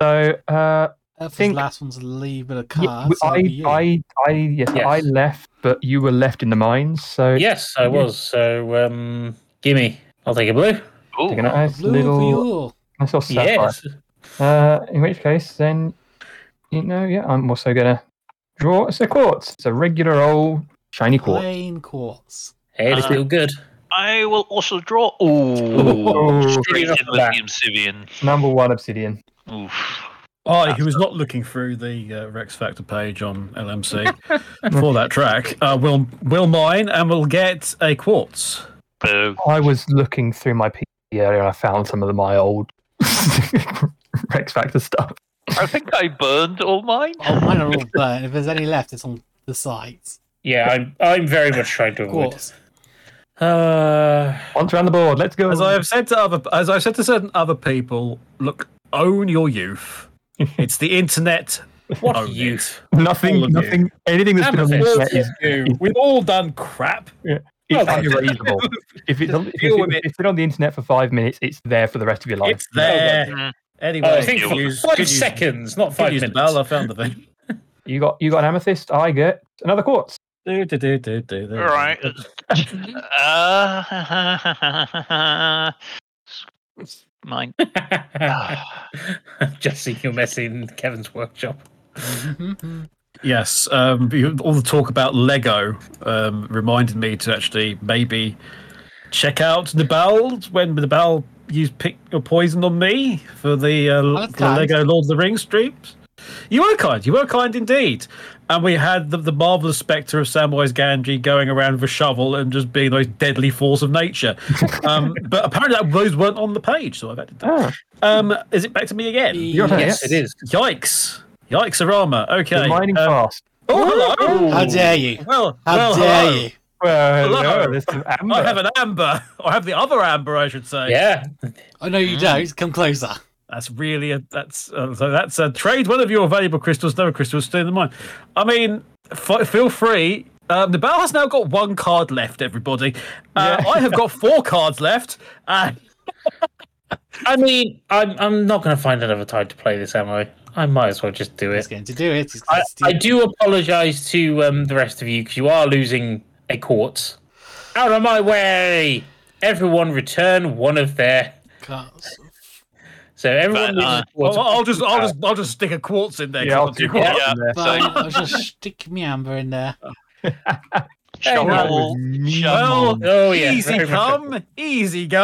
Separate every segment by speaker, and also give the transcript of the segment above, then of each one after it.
Speaker 1: So uh,
Speaker 2: That was
Speaker 1: Think-
Speaker 2: the last one to leave with a
Speaker 1: ye-
Speaker 2: car. so that'd be
Speaker 1: I,
Speaker 2: you.
Speaker 1: I, I, yes,
Speaker 3: Yes.
Speaker 1: I left, but you were left in the mines. So
Speaker 3: Yes, I was. So, um, gimme. I'll take a blue.
Speaker 4: Ooh,
Speaker 1: taking a nice
Speaker 2: Blue
Speaker 1: little,
Speaker 2: Veal.
Speaker 1: nice little sapphire.
Speaker 3: Yes.
Speaker 1: Uh, in which case, then, you know, yeah, I'm also gonna draw. It's a quartz. It's a regular old shiny quartz.
Speaker 2: Plain quartz.
Speaker 3: Hey, it's
Speaker 4: Uh,
Speaker 3: still good.
Speaker 4: I will also draw. Ooh,
Speaker 1: Oh,
Speaker 4: straight in
Speaker 3: off the
Speaker 4: with
Speaker 3: bat.
Speaker 4: the obsidian.
Speaker 1: number one obsidian.
Speaker 4: Oof.
Speaker 5: I, who was not looking through the uh, Rex Factor page on LMC for that track, uh, will will mine and will get a quartz.
Speaker 4: Boo.
Speaker 1: I was looking through my PC area and I found some of my old Rex Factor stuff.
Speaker 4: I think I burned all mine.
Speaker 2: Oh, mine are all burnt. If there's any left, it's on the sides.
Speaker 3: Yeah, I'm. I'm very much trying to avoid.
Speaker 2: Quartz.
Speaker 3: Uh,
Speaker 1: Once around the board, let's go.
Speaker 5: As I have said to other, as I've said to certain other people, look, own your youth. It's the internet.
Speaker 3: what
Speaker 5: Own
Speaker 3: youth?
Speaker 1: nothing,
Speaker 5: all of you.
Speaker 1: nothing, anything that's been on the
Speaker 3: Amethyst.
Speaker 1: internet is,
Speaker 5: We've all done crap.
Speaker 1: is
Speaker 3: Okay.
Speaker 1: unerasable. if, it's on, if,
Speaker 5: Deal with
Speaker 1: it's- if it's been on the internet for five minutes, it's there for the rest of your life.
Speaker 5: It's there.
Speaker 4: Mm.
Speaker 5: Anyway,
Speaker 3: Oh, I think
Speaker 5: could
Speaker 3: for
Speaker 5: use-
Speaker 3: five
Speaker 5: could use-
Speaker 3: seconds, not
Speaker 5: could
Speaker 3: five
Speaker 5: use the
Speaker 3: minutes.
Speaker 5: bell, I found the thing.
Speaker 1: You got, you got an amethyst. I get another quartz.
Speaker 5: Do, do, do, do, do, do.
Speaker 4: All right. Uh, mine.
Speaker 3: Just seeing your mess in Kevin's workshop.
Speaker 2: Mhm.
Speaker 5: Yes, um, you- all the talk about Lego um, reminded me to actually maybe check out the bell when the bell used pick your poison on me for the, uh,
Speaker 2: that's
Speaker 5: the
Speaker 2: kind.
Speaker 5: Lego Lord of the Rings streams. You were kind. You were kind indeed. And we had the, the marvelous spectre of Samwise Ganji going around with a shovel and just being the most deadly force of nature. Um, but apparently, that, those weren't on the page, so I've added them.
Speaker 1: Ah,
Speaker 5: Um, is it back to me again?
Speaker 1: You're okay,
Speaker 3: Oh, Yes, it is.
Speaker 5: Yikes! Yikes, Arama. Okay.
Speaker 1: you're mining
Speaker 5: um,
Speaker 1: fast.
Speaker 5: Oh, hello.
Speaker 2: How dare you?
Speaker 5: Well,
Speaker 2: How
Speaker 5: well,
Speaker 2: dare
Speaker 5: hello.
Speaker 2: you?
Speaker 1: Well,
Speaker 5: Hello.
Speaker 1: hello, this is Amber.
Speaker 5: I have an amber. I have the other amber, I should say.
Speaker 3: Yeah.
Speaker 2: Oh no, you
Speaker 4: Mm.
Speaker 2: don't. Come closer.
Speaker 5: That's really a that's uh, so that's a trade one of your valuable crystals, no crystals, stay in the mine. I mean, f- feel free. Um, the battle has now got one card left, everybody. Uh,
Speaker 1: Yeah.
Speaker 5: I have got four cards left. Uh,
Speaker 3: I mean, I'm I'm not going to find another time to play this, am I? I might as well just do
Speaker 2: He's
Speaker 3: it.
Speaker 2: going to do it. He's
Speaker 3: I,
Speaker 2: going to
Speaker 3: I do apologise to um, the rest of you because you are losing a quartz. Out of my way! Everyone return one of their.
Speaker 2: Cards.
Speaker 3: So everyone
Speaker 4: But,
Speaker 3: loses
Speaker 4: uh,
Speaker 3: a quartz.
Speaker 5: I'll, I'll just I'll just I'll just stick a quartz in there. 'cause
Speaker 1: Yeah, I'll
Speaker 5: I'll
Speaker 1: do
Speaker 5: do
Speaker 1: quartz.
Speaker 5: quartz.
Speaker 4: Yeah.
Speaker 1: there.
Speaker 2: Fine, I'll just stick me amber in there.
Speaker 1: That
Speaker 4: Shovel,
Speaker 1: was mean.
Speaker 4: shovel.
Speaker 5: Well,
Speaker 3: Oh, yeah,
Speaker 5: easy
Speaker 3: very much so.
Speaker 5: come, easy go.
Speaker 3: I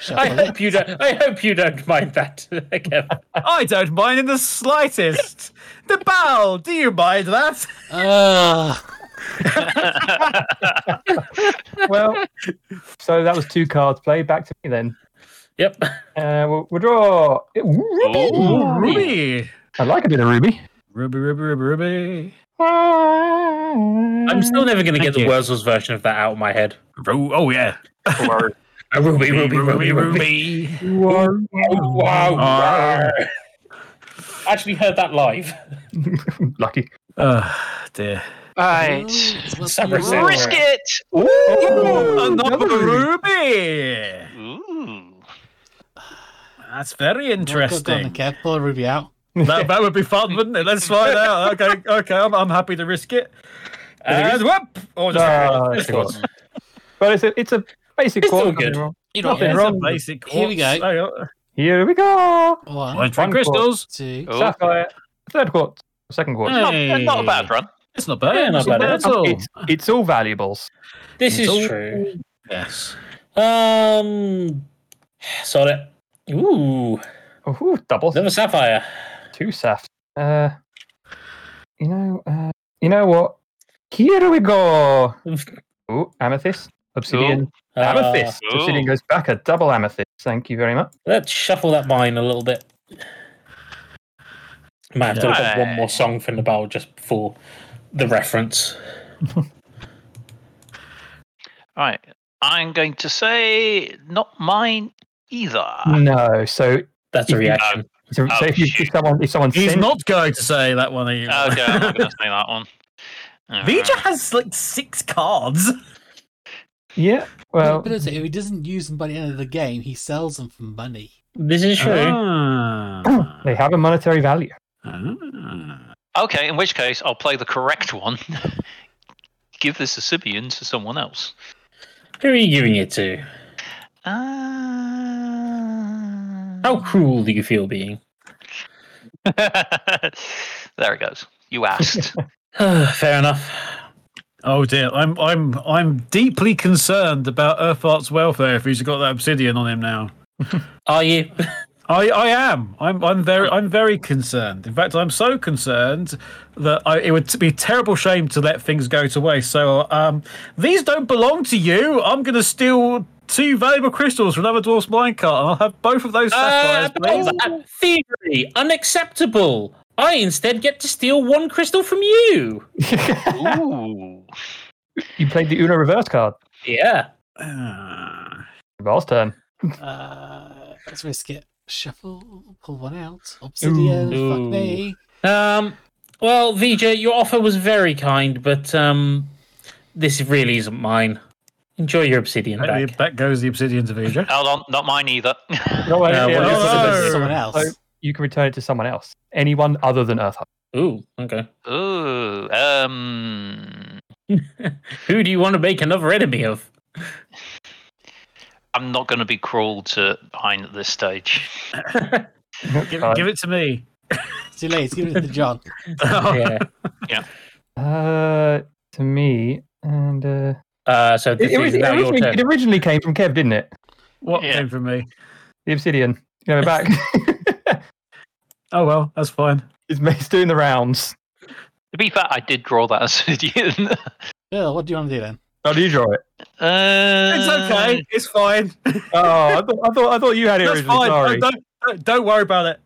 Speaker 2: Shuffle it.
Speaker 3: hope you don't. I hope you don't mind that. Again.
Speaker 5: I don't mind in the slightest. The bow, do you mind that?
Speaker 2: Ugh.
Speaker 1: well, so that was two cards played. Back to me then.
Speaker 3: Yep.
Speaker 1: Uh, we'll, we'll draw. Ruby.
Speaker 4: Ooh.
Speaker 5: Ooh, Ruby.
Speaker 1: I like a bit of Ruby.
Speaker 5: Ruby, Ruby, Ruby, Ruby.
Speaker 3: I'm
Speaker 1: I'm
Speaker 3: still never going to get
Speaker 5: Thank
Speaker 3: the
Speaker 5: you.
Speaker 3: Wurzels version of that out of my head.
Speaker 5: Ru- oh yeah.
Speaker 3: A ruby, ruby, ruby, ruby. Oh, wow,
Speaker 5: Uh,
Speaker 3: wow. Actually, heard that live.
Speaker 1: Lucky.
Speaker 5: Oh dear.
Speaker 4: Right.
Speaker 2: Ooh, what's
Speaker 3: Summer
Speaker 2: the
Speaker 3: sale.
Speaker 2: roll?
Speaker 4: Risk it.
Speaker 1: Oh,
Speaker 5: Another ruby.
Speaker 4: Ooh.
Speaker 5: That's very
Speaker 2: Go on, then,
Speaker 5: interesting.
Speaker 2: Kev. Pull Ruby out.
Speaker 5: That, that would be fun, wouldn't it? Let's find out. Okay, okay, I'm, I'm happy to risk it. And whoop! Oh, just
Speaker 1: Ah,
Speaker 5: this
Speaker 1: it's a
Speaker 5: one.
Speaker 1: quartz. But it's a, it's a basic
Speaker 3: It's all
Speaker 1: quartz, nothing
Speaker 3: good.
Speaker 1: wrong.
Speaker 2: You know,
Speaker 5: Nothing
Speaker 1: Nothing
Speaker 2: what?
Speaker 5: wrong.
Speaker 1: wrong.
Speaker 5: Basic
Speaker 2: Here we
Speaker 5: quartz.
Speaker 2: go.
Speaker 5: Hang on.
Speaker 1: Here we go.
Speaker 2: One,
Speaker 5: One for
Speaker 1: One
Speaker 5: crystals.
Speaker 2: two.
Speaker 4: Oh.
Speaker 1: Sapphire. Third quartz. Second quartz.
Speaker 5: Yeah,
Speaker 4: Not, not a
Speaker 5: Hey.
Speaker 4: bad run.
Speaker 5: It's not bad.
Speaker 3: Yeah, not
Speaker 1: Mm,
Speaker 5: it's not
Speaker 3: bad
Speaker 5: bad
Speaker 3: at
Speaker 5: at all.
Speaker 1: It's, it's all valuables.
Speaker 3: This
Speaker 5: It's
Speaker 3: is
Speaker 5: all-
Speaker 3: true.
Speaker 5: Yes.
Speaker 3: Um, sod it. Ooh,
Speaker 1: Ooh, double
Speaker 3: another sapphire.
Speaker 1: two saft. Uh, you know, uh, you know what? Here we go. Ooh, amethyst, obsidian,
Speaker 3: Uh,
Speaker 1: amethyst.
Speaker 4: Ooh.
Speaker 1: Obsidian goes back a double amethyst. Thank you very much.
Speaker 3: Let's shuffle that mine a little bit. Might have to look up one more song from the bowl just for the reference.
Speaker 4: Right. I'm going to say not mine either.
Speaker 1: No, so
Speaker 3: That's a reaction.
Speaker 1: so, so if, you, if
Speaker 4: shoot.
Speaker 1: someone if someone
Speaker 5: He's
Speaker 1: sends,
Speaker 5: not going to say that one either.
Speaker 4: Okay, I'm not going to say that one.
Speaker 5: Vija
Speaker 4: Uh,
Speaker 5: has like six cards.
Speaker 1: yeah,
Speaker 2: Well,
Speaker 1: well,
Speaker 2: but it's- if he doesn't use them by the end of the game, he sells them for money.
Speaker 3: This is true.
Speaker 5: Oh. Ah.
Speaker 1: they have a monetary value.
Speaker 5: Ah.
Speaker 4: Okay, in which case I'll play the correct one. Give this Sibian to someone else.
Speaker 3: Who are you giving it to?
Speaker 4: Uh...
Speaker 3: How cruel do you feel being?
Speaker 4: there it goes. You asked.
Speaker 3: Fair enough.
Speaker 5: Oh dear, I'm I'm I'm deeply concerned about Earthart's welfare if he's got that obsidian on him now.
Speaker 3: Are you?
Speaker 5: I, I am. I'm I'm very I'm very concerned. In fact, I'm so concerned that I, it would be terrible shame to let things go to waste. So um, these don't belong to you. I'm going to steal two valuable crystals from another dwarf's minecart, and I'll have both of those sapphires.
Speaker 3: Uh,
Speaker 5: please.
Speaker 3: that thievery, unacceptable. I instead get to steal one crystal from you.
Speaker 4: Ooh.
Speaker 1: You played the Uno reverse card.
Speaker 3: Yeah.
Speaker 5: Ah.
Speaker 1: Val's turn.
Speaker 2: Uh, let's risk it. Shuffle, pull one out. Obsidian,
Speaker 3: Ooh.
Speaker 2: fuck me.
Speaker 3: Um. Well, Vijay, your offer was very kind, but um, this really isn't mine. Enjoy your obsidian
Speaker 5: Maybe
Speaker 3: back.
Speaker 5: back. goes the obsidian to Vija.
Speaker 4: Hold on, not mine either.
Speaker 1: No, wait,
Speaker 3: Uh,
Speaker 1: yeah, no, Oh, no,
Speaker 3: what is
Speaker 5: it?
Speaker 1: no.
Speaker 5: It's
Speaker 2: someone else.
Speaker 1: So you can return it to someone else, anyone other than Earth.
Speaker 3: Ooh. Okay.
Speaker 4: Ooh. Um.
Speaker 3: Who do you want to make another enemy of?
Speaker 4: I'm not going to be cruel to Hein at this stage.
Speaker 5: Give,
Speaker 1: Uh,
Speaker 5: give it to me.
Speaker 2: Too late. Give it to John.
Speaker 3: yeah.
Speaker 1: Uh, to me, and uh,
Speaker 3: Uh, so
Speaker 1: it,
Speaker 3: this
Speaker 1: it,
Speaker 3: is
Speaker 1: was- it
Speaker 3: now your
Speaker 1: originally,
Speaker 3: turn.
Speaker 1: it originally came from Kev, didn't it?
Speaker 5: What
Speaker 4: Yeah.
Speaker 5: came from me?
Speaker 1: The obsidian. You know, back.
Speaker 5: Oh well, that's fine.
Speaker 1: It's Mace doing the rounds.
Speaker 4: To be fair, I did draw that obsidian.
Speaker 2: Bill, what do you want to do then?
Speaker 1: How do Oh, you draw it?
Speaker 4: uh,
Speaker 5: It's okay. It's fine.
Speaker 1: Oh, I thought I thought, I thought you had it
Speaker 5: That's
Speaker 1: originally.
Speaker 5: fine.
Speaker 1: Sorry.
Speaker 5: Don't, don't, don't worry about it.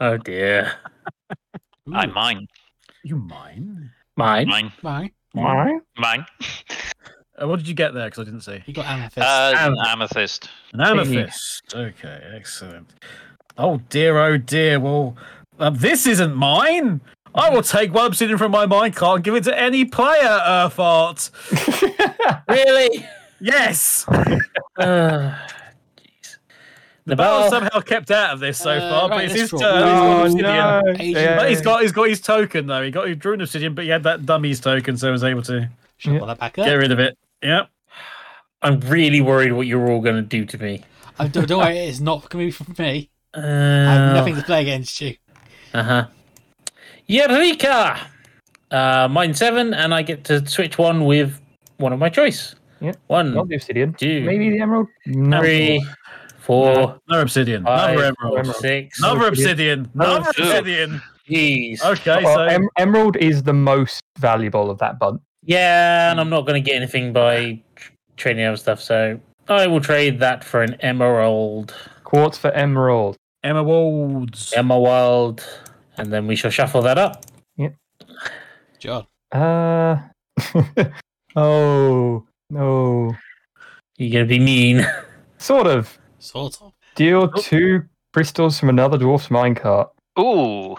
Speaker 3: Oh dear.
Speaker 4: I mine,
Speaker 5: You mine?
Speaker 3: Mine.
Speaker 4: mine,
Speaker 2: Bye.
Speaker 1: Alright.
Speaker 4: mine.
Speaker 5: Uh, what did you get there? Because I didn't see.
Speaker 2: You got amethyst.
Speaker 4: Uh,
Speaker 3: Am-
Speaker 4: amethyst.
Speaker 5: An amethyst. Okay, excellent. Oh dear, oh dear. Well, um, this isn't mine. I will take one obsidian from my minecart and give it to any player, Earthart.
Speaker 3: Really?
Speaker 5: Yes!
Speaker 3: Ah, Jeez.
Speaker 5: The bar
Speaker 3: Nabar,
Speaker 5: somehow kept out of this so
Speaker 2: Uh,
Speaker 5: far, but
Speaker 2: right,
Speaker 5: it's
Speaker 2: let's
Speaker 5: his
Speaker 2: draw.
Speaker 5: turn. He's
Speaker 1: Oh,
Speaker 5: got an obsidian.
Speaker 2: Asian-
Speaker 5: But he's got he's got his token though. He got he drew an obsidian, but he had that dummies token, so he was able to
Speaker 2: Shuffle that back
Speaker 5: get
Speaker 2: up.
Speaker 5: rid of it. Yep.
Speaker 3: I'm really worried what you're all going to do to me.
Speaker 2: I don't, don't worry, it's not coming from me.
Speaker 3: Uh,
Speaker 2: I have nothing to play against you.
Speaker 3: Uh huh. Eureka! Uh, mine seven, and I get to switch one with one of my choice.
Speaker 1: Yeah. Not
Speaker 3: One,
Speaker 1: the obsidian.
Speaker 3: Dude.
Speaker 1: Maybe the emerald. No.
Speaker 3: three, four,
Speaker 5: Another obsidian.
Speaker 3: five,
Speaker 5: Another emerald.
Speaker 3: six.
Speaker 5: Another obsidian. Another
Speaker 4: Obsidian.
Speaker 5: obsidian.
Speaker 3: Jeez.
Speaker 5: Okay,
Speaker 1: Well,
Speaker 5: so
Speaker 1: Oh, em- emerald is the most valuable of that bunch.
Speaker 3: Yeah, and I'm not going to get anything by tr- trading other stuff, so I will trade that for an emerald.
Speaker 1: Quartz for emerald.
Speaker 5: Emma Wolds.
Speaker 3: Emerald. And then we shall shuffle that up.
Speaker 2: John.
Speaker 1: Uh. oh no.
Speaker 3: You're going to be mean.
Speaker 1: Sort of.
Speaker 2: Sort of.
Speaker 1: Deal
Speaker 5: Oh.
Speaker 1: two crystals from another dwarf's minecart.
Speaker 4: Ooh,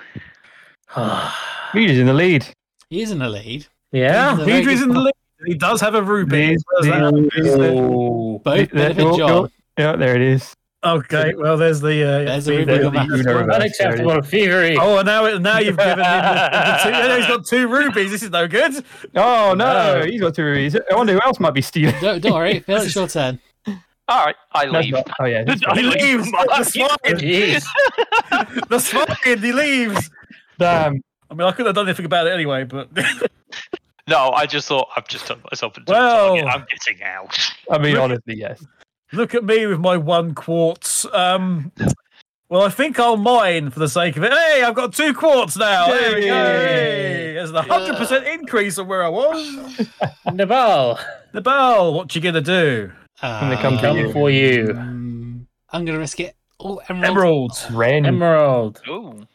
Speaker 1: Reader's in the lead.
Speaker 2: He is in the lead.
Speaker 3: yeah.
Speaker 2: He's a very
Speaker 5: Deidre's
Speaker 2: good
Speaker 5: in the
Speaker 2: player.
Speaker 5: lead. He does have a ruby.
Speaker 1: These-
Speaker 5: Where's that?
Speaker 1: these-
Speaker 3: Oh.
Speaker 2: Both
Speaker 1: There-
Speaker 2: benefit
Speaker 1: oh,
Speaker 2: John.
Speaker 1: oh, yeah, there it is.
Speaker 5: Okay, well, there's the. Uh,
Speaker 2: There's the
Speaker 5: the-
Speaker 2: ruby
Speaker 5: the-
Speaker 2: on that.
Speaker 3: Unacceptable thievery.
Speaker 5: Oh, and now it- now you've given him the two, now he's got two rubies. This is no good.
Speaker 1: Oh no,
Speaker 3: No.
Speaker 1: he's got two rubies. I wonder who else might be stealing.
Speaker 2: Don't, don't worry, Phil, it's your turn.
Speaker 4: all right, I
Speaker 1: No, it's
Speaker 4: leave.
Speaker 1: not. Oh yeah. that's
Speaker 4: I
Speaker 1: fine.
Speaker 4: leave.
Speaker 5: leaves. That's fine.
Speaker 3: Jeez.
Speaker 5: The fucking he leaves.
Speaker 1: Damn.
Speaker 5: I mean, I couldn't have done anything about it anyway, but
Speaker 4: No, I just thought I've just done myself a
Speaker 5: Well.
Speaker 4: target. I'm getting out.
Speaker 1: I mean,
Speaker 5: Look-
Speaker 1: honestly, yes.
Speaker 5: look at me with my one quartz. Um, well, I think I'll mine for the sake of it. Hey, I've got two quarts now. There we go.
Speaker 1: Yay.
Speaker 5: Hey, There's a hundred percent increase on where I was.
Speaker 3: Nabal,
Speaker 5: The bell. What you gonna do?
Speaker 1: When they come to
Speaker 3: come
Speaker 1: you.
Speaker 3: for you.
Speaker 2: Um, Uh, I'm going to risk it. Oh, emerald.
Speaker 5: Emeralds.
Speaker 1: Ren
Speaker 3: Emerald.
Speaker 4: Ooh,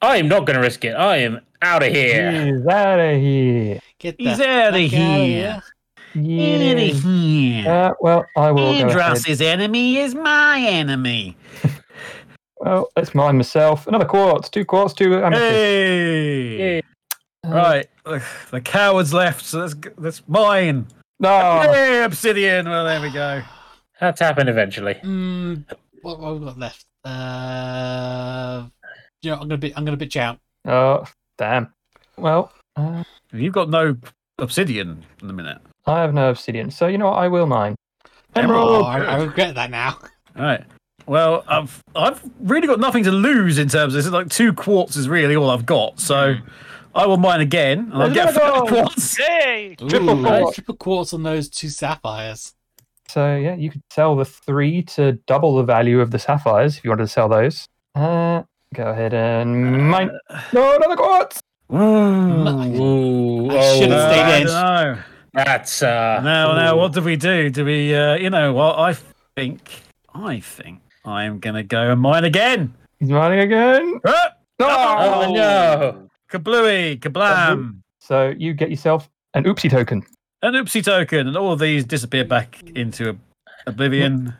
Speaker 3: I am not going to risk it. I am out of here.
Speaker 1: is out of here.
Speaker 2: Get
Speaker 5: He's
Speaker 2: that
Speaker 5: out of
Speaker 2: back outta
Speaker 5: here. Out
Speaker 1: Yeah.
Speaker 5: of here.
Speaker 1: Uh, well, I will go ahead.
Speaker 5: Andros's enemy is my enemy.
Speaker 1: Well, that's mine myself. Another quartz, two quartz, two amethyst.
Speaker 5: Hey.
Speaker 3: Yeah.
Speaker 5: Right, ugh, the coward's left, so that's g- that's mine.
Speaker 1: No,
Speaker 5: Hey, obsidian. Well, there we go.
Speaker 3: That's happened eventually.
Speaker 2: Mm, what what have we got left? Uh, you know, I'm gonna bit. I'm gonna bitch out.
Speaker 1: oh damn. Well, uh,
Speaker 5: You've got no obsidian in a minute.
Speaker 1: I have no obsidian, so you know what? I will mine.
Speaker 2: Oh,
Speaker 1: Emerald.
Speaker 2: I, I regret that now.
Speaker 5: All right. Well, I've I've really got nothing to lose in terms of this. It's like two quarts is really all I've got. So I will mine again, and I'll get
Speaker 1: Let's
Speaker 5: four
Speaker 1: go.
Speaker 5: quarts.
Speaker 4: yay!
Speaker 1: Triple
Speaker 2: Ooh,
Speaker 1: quartz.
Speaker 2: triple quartz on those two sapphires.
Speaker 1: So yeah, you could sell the three to double the value of the sapphires if you wanted to sell those. Uh, go ahead and mine. No, another quartz.
Speaker 5: Hmm. Ooh. Uh,
Speaker 3: Ooh,
Speaker 2: I should've
Speaker 3: oh,
Speaker 2: stayed
Speaker 5: I
Speaker 2: in.
Speaker 5: don't know.
Speaker 3: That's uh,
Speaker 5: Now, now,
Speaker 3: ooh.
Speaker 5: what do we do? Do we, uh, you know, well, I think, I think I am gonna go and mine again.
Speaker 1: He's mining again.
Speaker 5: Ah!
Speaker 1: No.
Speaker 3: Oh no!
Speaker 5: Kablooey, kablam,
Speaker 1: So you get yourself an oopsie token.
Speaker 5: an oopsie token, and all of these disappear back into ob- oblivion.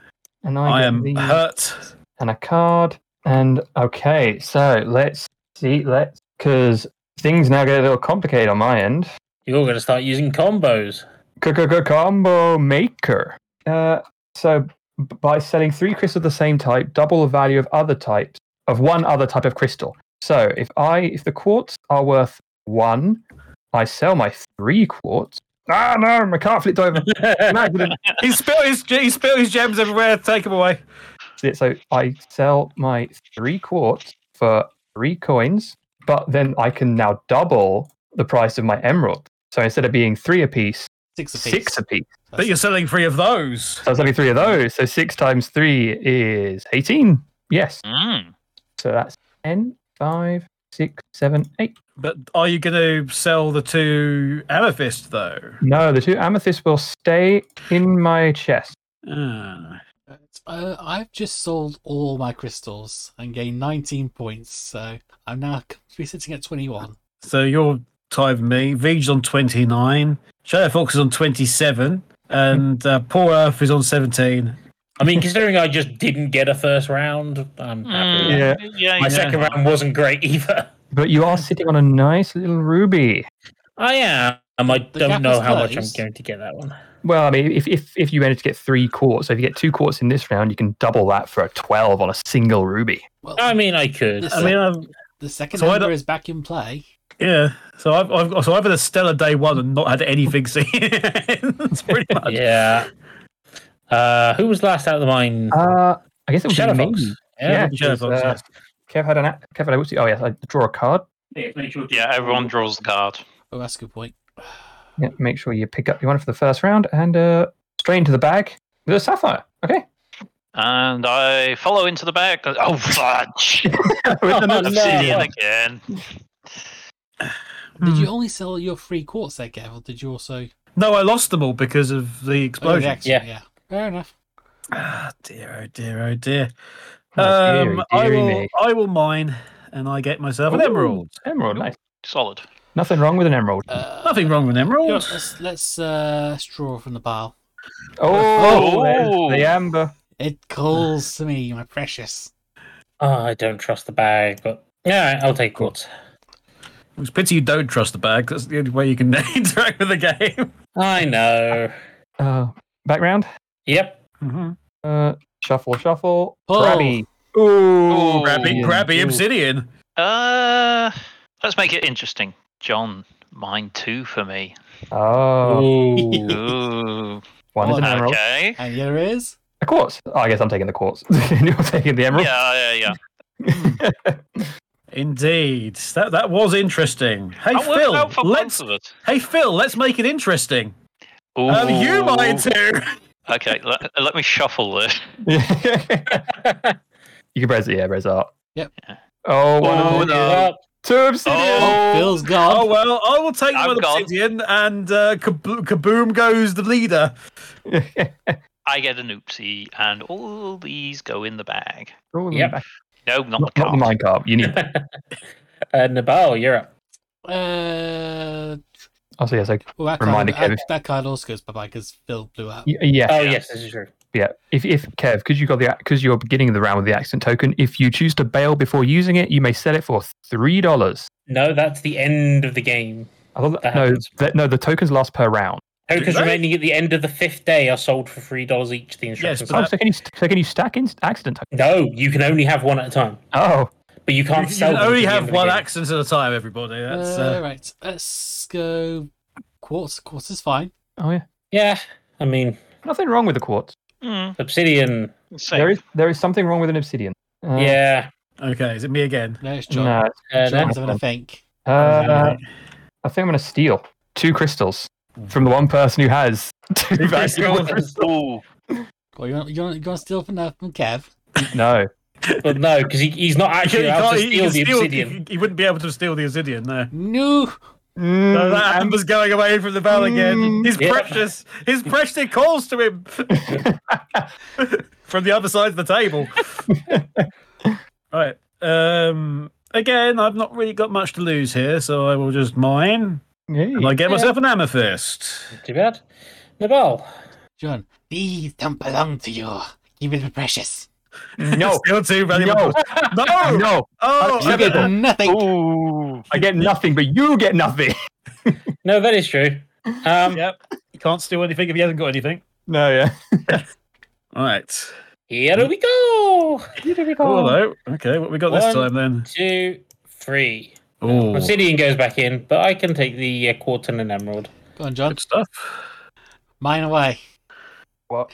Speaker 1: And
Speaker 5: I,
Speaker 1: I, get
Speaker 5: am
Speaker 1: these
Speaker 5: hurt.
Speaker 1: and a card. And okay, so let's see. Let's because things now get a little complicated on my end.
Speaker 3: You're going to start using combos.
Speaker 1: Combo maker. Uh, so b- by selling three crystals of the same type, double the value of other types of one other type of crystal. So if I if the quartz are worth one, I sell my three quartz. Ah no, my card flipped over. An accident.
Speaker 5: He spilled his he spilled his gems everywhere. Take him away.
Speaker 1: Yeah, So I sell my three quartz for three coins, but then I can now double the price of my emerald. So instead of being three apiece,
Speaker 2: Six apiece.
Speaker 1: six apiece.
Speaker 5: But you're selling three of those.
Speaker 1: So I was having three of those. So six times three is 18. Yes.
Speaker 4: Mm.
Speaker 1: So that's 10, 5, 6, 7, 8.
Speaker 5: But are you going to sell the two amethyst though?
Speaker 1: No, the two amethysts will stay in my chest.
Speaker 5: Ah.
Speaker 2: Uh, I've just sold all my crystals and gained 19 points, so I'm now be sitting at 21.
Speaker 5: So you're tied with me. Veg's on twenty nine. Shadow Fox is on twenty seven. and uh, poor Earth is on seventeen.
Speaker 3: I mean, considering I just didn't get a first round, I'm happy. with that.
Speaker 1: Yeah.
Speaker 4: mm. yeah,
Speaker 3: My
Speaker 4: yeah.
Speaker 3: second round wasn't great either.
Speaker 1: But you are sitting on a nice little ruby.
Speaker 3: I am. I
Speaker 2: gap
Speaker 3: don't know
Speaker 2: is
Speaker 3: how much I'm
Speaker 2: closed.
Speaker 3: going to get that one.
Speaker 1: Well, I mean, if, if, if you manage to get three quarts, so if you get two quarts in this round, you can double that for a 12 on a single ruby.
Speaker 2: Well,
Speaker 3: I mean, I could.
Speaker 2: This-
Speaker 5: I mean, I've,
Speaker 2: the second
Speaker 5: Um, so I
Speaker 2: number
Speaker 5: don't-
Speaker 2: is back in play.
Speaker 5: yeah. So I've, I've got- so I've had a stellar day one and not had anything seen. That's pretty much.
Speaker 3: Yeah. Uh, who was last out of the mine?
Speaker 1: Uh, I guess it was
Speaker 3: Shadow Fox.
Speaker 1: Yeah,
Speaker 3: Yeah.
Speaker 5: Shadow
Speaker 1: because,
Speaker 5: Fox,
Speaker 1: uh,
Speaker 5: yes.
Speaker 1: Kev had an a- Kev had a whoopsie. Oh yes, I draw a card.
Speaker 4: Yeah, everyone draws the card.
Speaker 2: Oh, that's a good point.
Speaker 1: Yeah, make sure you pick up your one for the first round and uh, straight into the bag. The sapphire. Okay.
Speaker 4: And I follow into the back. Oh, fudge!
Speaker 1: With the
Speaker 3: Oh, no.
Speaker 4: Obsidian again.
Speaker 5: Hmm.
Speaker 2: Did you only sell your three quarts there, Gav, or did you also?
Speaker 5: No, I lost them all because of the
Speaker 2: Oh, the
Speaker 5: explosion.
Speaker 2: extra, yeah. Fair enough.
Speaker 5: Ah, dear, oh dear, oh dear.
Speaker 1: Oh, dearie,
Speaker 5: Um, I
Speaker 1: dearie
Speaker 5: will,
Speaker 1: me.
Speaker 5: I will mine, and I get myself an
Speaker 1: Ooh,
Speaker 5: emerald.
Speaker 1: Emerald. Nice.
Speaker 4: Solid.
Speaker 1: Nothing wrong with an emerald.
Speaker 2: Uh,
Speaker 5: Nothing wrong with an
Speaker 2: you know
Speaker 5: emerald.
Speaker 2: what, Let's let's uh, straw from the barrel.
Speaker 1: oh,
Speaker 4: oh.
Speaker 1: there's the amber.
Speaker 2: It calls to me, my precious.
Speaker 3: Oh, I don't trust the bag, but yeah, I'll take quartz.
Speaker 5: It's a pity you don't trust the bag. That's the only way you can interact with the game.
Speaker 3: I know.
Speaker 1: Uh, background.
Speaker 3: Yep.
Speaker 1: Uh, shuffle, shuffle.
Speaker 2: Pull.
Speaker 1: Grabby. Ooh.
Speaker 4: Ooh.
Speaker 5: Grabby, grabby,
Speaker 1: Ooh.
Speaker 5: obsidian.
Speaker 4: Uh, let's make it interesting. John, mine two for me.
Speaker 1: Oh,
Speaker 3: Ooh.
Speaker 4: Ooh.
Speaker 1: one is an
Speaker 2: Oh,
Speaker 1: emerald.
Speaker 4: okay.
Speaker 2: And here is
Speaker 1: A quartz. Oh, I guess I'm taking the quartz. You're taking the emerald.
Speaker 4: Yeah, yeah, yeah.
Speaker 5: Indeed, that that was interesting. Hey
Speaker 4: That worked
Speaker 5: Phil,
Speaker 4: out for
Speaker 5: let's.
Speaker 4: both of us.
Speaker 5: Hey Phil, let's make it interesting.
Speaker 4: Ooh.
Speaker 5: Um, you mine too.
Speaker 4: Okay, let, let me shuffle this.
Speaker 1: you can press it. Yeah, press it up.
Speaker 2: Yep.
Speaker 1: Oh, one
Speaker 4: Oh,
Speaker 1: of the
Speaker 4: no.
Speaker 1: two obsidian.
Speaker 4: Oh.
Speaker 2: Bill's
Speaker 5: Oh
Speaker 2: gone.
Speaker 5: well, I will take
Speaker 4: I'm
Speaker 5: one
Speaker 4: gone.
Speaker 5: obsidian, and uh, kab- kaboom goes the leader.
Speaker 4: I get an oopsie, and all these go in the bag.
Speaker 1: Roll them
Speaker 3: Yep.
Speaker 1: back.
Speaker 4: No, not
Speaker 1: Not,
Speaker 4: the
Speaker 1: not
Speaker 4: card.
Speaker 1: the mine card. You need.
Speaker 3: Uh, Nabal, you're up.
Speaker 2: Uh,
Speaker 1: Oh, so yeah. So
Speaker 2: well, that,
Speaker 1: Reminder,
Speaker 2: card, that,
Speaker 1: Kev.
Speaker 2: that card also goes bye bye because Bill blew up.
Speaker 1: y- uh, yeah,
Speaker 3: Oh, yes, this is true.
Speaker 1: yeah. If if Kev, because you got the because you're beginning the round with the accent token, if you choose to bail before using it, you may sell it for three dollars.
Speaker 3: No, that's the end of the game.
Speaker 1: I thought that,
Speaker 3: That
Speaker 1: no,
Speaker 3: happens.
Speaker 1: that, no, the tokens last per round.
Speaker 3: Tokens
Speaker 5: they?
Speaker 3: remaining at the end of the fifth day are sold for three dollars each. The instructions.
Speaker 5: but
Speaker 1: Oh,
Speaker 5: that-
Speaker 1: so can you st- so can you stack in accident tokens?
Speaker 3: no, you can only have one at a time,
Speaker 1: Oh,
Speaker 3: but you
Speaker 5: You
Speaker 3: can't
Speaker 5: can
Speaker 3: sell. them
Speaker 5: only
Speaker 3: to the end
Speaker 5: have
Speaker 3: of the
Speaker 5: one
Speaker 3: game.
Speaker 5: accent at a time, everybody. That's
Speaker 2: uh,
Speaker 5: uh,
Speaker 2: right. Let's go. Quartz. Quartz is fine.
Speaker 1: oh yeah.
Speaker 3: Yeah, I mean,
Speaker 1: Nothing wrong with the quartz.
Speaker 4: Mm,
Speaker 3: obsidian.
Speaker 4: same.
Speaker 1: There is there is something wrong with an obsidian.
Speaker 5: Oh.
Speaker 1: Uh,
Speaker 3: yeah,
Speaker 5: okay. Is it me again?
Speaker 2: No, it's John.
Speaker 1: No.
Speaker 3: uh, no.
Speaker 2: John's having a think.
Speaker 1: Uh, I think I'm gonna steal two crystals from the one person who has two valuable crystals.
Speaker 4: Ooh.
Speaker 2: Well, you want, you want, you want to steal from, that- from Kev?
Speaker 1: No.
Speaker 3: but no, because he, he's not
Speaker 5: You
Speaker 3: actually allowed
Speaker 5: can't-
Speaker 3: to
Speaker 5: you
Speaker 3: steal
Speaker 5: can
Speaker 3: the
Speaker 5: steal-
Speaker 3: obsidian.
Speaker 5: you- you wouldn't be able to steal the obsidian, no.
Speaker 2: No.
Speaker 5: No, that amber's going away from the bell again.
Speaker 1: Mm.
Speaker 5: His
Speaker 3: Yeah.
Speaker 5: precious, his precious calls to him from the other side of the table. right. Um. Again, I've not really got much to lose here, so I will just mine.
Speaker 1: Hey.
Speaker 5: And I get myself an amethyst.
Speaker 3: Too bad. Nabal.
Speaker 2: John, these don't belong to you. Give it to precious.
Speaker 1: no.
Speaker 5: Still too
Speaker 1: No.
Speaker 5: valuable. No.
Speaker 1: No.
Speaker 5: Oh,
Speaker 1: You
Speaker 2: You get
Speaker 1: that.
Speaker 2: nothing.
Speaker 4: Ooh.
Speaker 1: I get nothing, but you get nothing.
Speaker 3: No, that is true. Um,
Speaker 5: Yep. You can't steal anything if he hasn't got anything.
Speaker 1: No, yeah.
Speaker 5: All right.
Speaker 3: Here we go.
Speaker 5: Oh, hello. Okay, what we got this
Speaker 3: One.
Speaker 5: time then?
Speaker 3: Two, three.
Speaker 5: Oh,
Speaker 3: Obsidian goes back in, but I can take the uh, quartz and an emerald.
Speaker 2: Go on, John.
Speaker 5: good stuff.
Speaker 2: Mine away.
Speaker 1: What?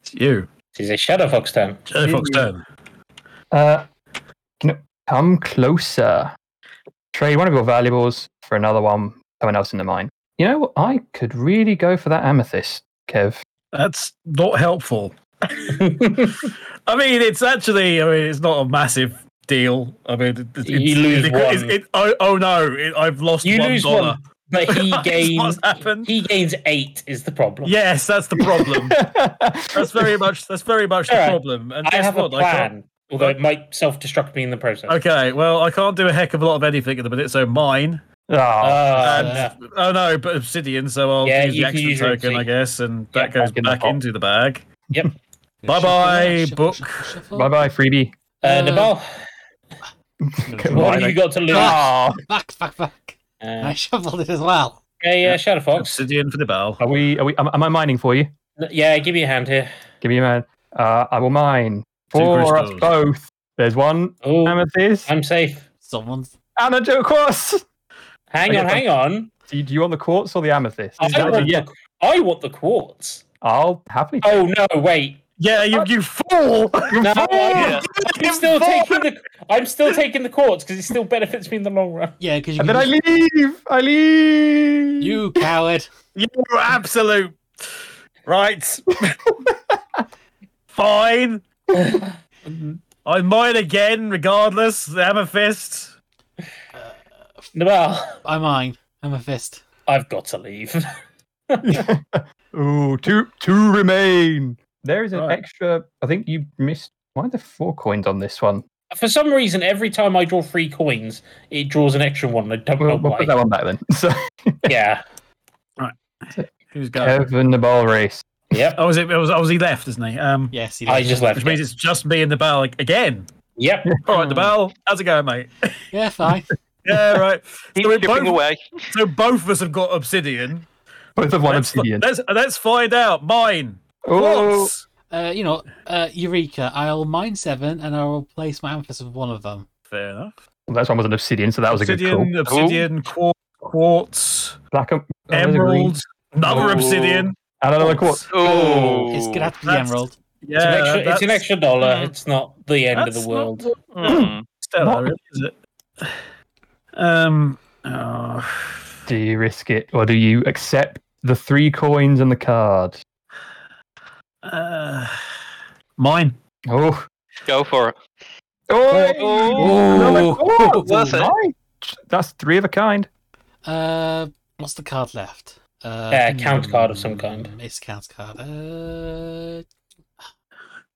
Speaker 5: It's you.
Speaker 3: This is a Shadow Fox turn.
Speaker 5: Shadow Fox turn.
Speaker 1: Uh, no, come closer. Trade one of your valuables for another one, someone else in the mine. You know what? I could really go for that amethyst, Kev.
Speaker 5: That's not helpful. I mean, it's actually, I mean, it's not a massive deal. I mean, it- it's,
Speaker 3: You lose
Speaker 5: it's- it's-
Speaker 3: one.
Speaker 5: it- oh, oh no, it, I've lost
Speaker 3: You
Speaker 5: one
Speaker 3: lose
Speaker 5: dollar.
Speaker 3: one, but he
Speaker 5: That's
Speaker 3: gains.
Speaker 5: what's happened.
Speaker 3: He gains eight. Is the problem?
Speaker 5: Yes, that's the problem.
Speaker 1: Ah,
Speaker 5: that's very much. That's very much the
Speaker 3: All right.
Speaker 5: problem. And
Speaker 3: I
Speaker 5: guess
Speaker 3: have a
Speaker 5: what? I can't-
Speaker 3: plan, although it might self-destruct me in the process.
Speaker 5: Okay, well, I can't do a heck of a lot of anything at the minute, so mine.
Speaker 1: Oh,
Speaker 3: Uh,
Speaker 5: And- oh no, but obsidian. So I'll
Speaker 3: Yeah,
Speaker 5: use
Speaker 3: you
Speaker 5: the
Speaker 3: can
Speaker 5: action
Speaker 3: use your
Speaker 5: token, I
Speaker 3: obsidian.
Speaker 5: guess, and
Speaker 3: Yeah,
Speaker 5: that goes
Speaker 1: back in
Speaker 5: back,
Speaker 1: the pot.
Speaker 5: into the bag.
Speaker 2: Shuffle,
Speaker 5: Bye-bye,
Speaker 2: shuffle,
Speaker 5: book.
Speaker 2: shuffle, shuffle.
Speaker 1: bye bye, freebie.
Speaker 3: uh, Nabal,
Speaker 1: Come
Speaker 3: what
Speaker 1: on.
Speaker 3: have you got to lose?
Speaker 1: Ah,
Speaker 2: Back, back, back. I
Speaker 3: Uh,
Speaker 2: shuffled it as well.
Speaker 3: okay, uh, Shadow Fox.
Speaker 5: Obsidian for the bell.
Speaker 1: are we? Are we? Am, am I mining for you?
Speaker 3: Yeah, give me a hand here.
Speaker 1: Give me a man. Uh, I will mine
Speaker 5: Two
Speaker 1: for us
Speaker 5: crystals.
Speaker 1: both. There's one
Speaker 3: Oh,
Speaker 1: amethyst
Speaker 3: I'm safe.
Speaker 2: Someone's
Speaker 1: and a jo- quartz.
Speaker 3: Hang
Speaker 1: Okay,
Speaker 3: on,
Speaker 1: fine.
Speaker 3: hang on.
Speaker 1: Do you, do you want the quartz or the amethyst?
Speaker 3: I want,
Speaker 1: yeah,
Speaker 3: the, I want the quartz.
Speaker 1: I'll happily.
Speaker 3: Oh no, wait.
Speaker 5: Yeah, you, you fool! You
Speaker 3: No,
Speaker 5: fool!
Speaker 3: I'm,
Speaker 5: You
Speaker 3: I'm still
Speaker 5: fool!
Speaker 3: taking the I'm still taking the quartz because it still benefits me in the long run.
Speaker 2: yeah, because you.
Speaker 1: And
Speaker 2: can
Speaker 1: then I
Speaker 2: just-
Speaker 1: leave. I leave.
Speaker 2: You coward.
Speaker 5: You absolute right. Fine. I'm mine again, regardless. The amethyst.
Speaker 3: Nabal,
Speaker 2: I'm mine. I'm a fist.
Speaker 3: I've got to leave.
Speaker 1: Ooh, two two remain. There is an
Speaker 5: Right.
Speaker 1: extra. I think you missed. Why are there four coins on this one?
Speaker 3: For some reason, every time I draw three coins, it draws an extra one. I
Speaker 2: Oh
Speaker 3: don't know
Speaker 1: We'll, we'll put that
Speaker 3: why.
Speaker 1: one back then. So
Speaker 3: Yeah.
Speaker 5: Who's going?
Speaker 1: Kevin the ball race.
Speaker 3: Yep.
Speaker 5: Oh, was it? it was, oh, was he left? Isn't he? Um,
Speaker 2: Yes, he
Speaker 3: I
Speaker 2: did.
Speaker 3: just left.
Speaker 5: which means
Speaker 3: it.
Speaker 5: it's just me and the bell like, again.
Speaker 3: Yep.
Speaker 5: All right, the
Speaker 1: Hmm.
Speaker 5: bell. How's it going, mate?
Speaker 2: Yeah, fine.
Speaker 5: Yeah, right.
Speaker 4: Keep
Speaker 5: So we're
Speaker 4: chipping
Speaker 5: both-
Speaker 4: away.
Speaker 5: So both of us have got obsidian.
Speaker 1: Both of one
Speaker 5: let's,
Speaker 1: obsidian.
Speaker 5: Let's, let's find out. Mine.
Speaker 1: Oh,
Speaker 5: Quartz.
Speaker 2: Uh, you know, uh, Eureka. I'll mine seven, and I'll replace my amethyst with one of them.
Speaker 5: Fair enough.
Speaker 1: well, that one was an obsidian, so that was a good
Speaker 5: obsidian.
Speaker 1: call.
Speaker 5: Obsidian. quar- Quartz.
Speaker 1: Black em- oh, there's a green.
Speaker 5: Emerald. Another
Speaker 4: Ooh.
Speaker 5: obsidian.
Speaker 1: and another quartz.
Speaker 4: Oh,
Speaker 2: It's gonna have to be
Speaker 5: That's-
Speaker 2: emerald.
Speaker 5: Yeah,
Speaker 3: It's, an extra, it's an
Speaker 5: that's-
Speaker 3: extra dollar.
Speaker 5: Mm.
Speaker 3: It's not the end of
Speaker 5: That's
Speaker 3: the world.
Speaker 5: not
Speaker 4: Mm.
Speaker 5: stellar, is it? Um. oh.
Speaker 1: Do you risk it or do you accept the three coins and the card?
Speaker 5: Uh, mine.
Speaker 1: Oh,
Speaker 4: Go for it.
Speaker 1: oh,
Speaker 2: oh.
Speaker 1: another quartz.
Speaker 4: Worth it.
Speaker 1: Right. That's three of a kind.
Speaker 2: Uh, what's the card left? Uh,
Speaker 3: Uh, count card of some kind.
Speaker 2: hmm, It's count card. Uh,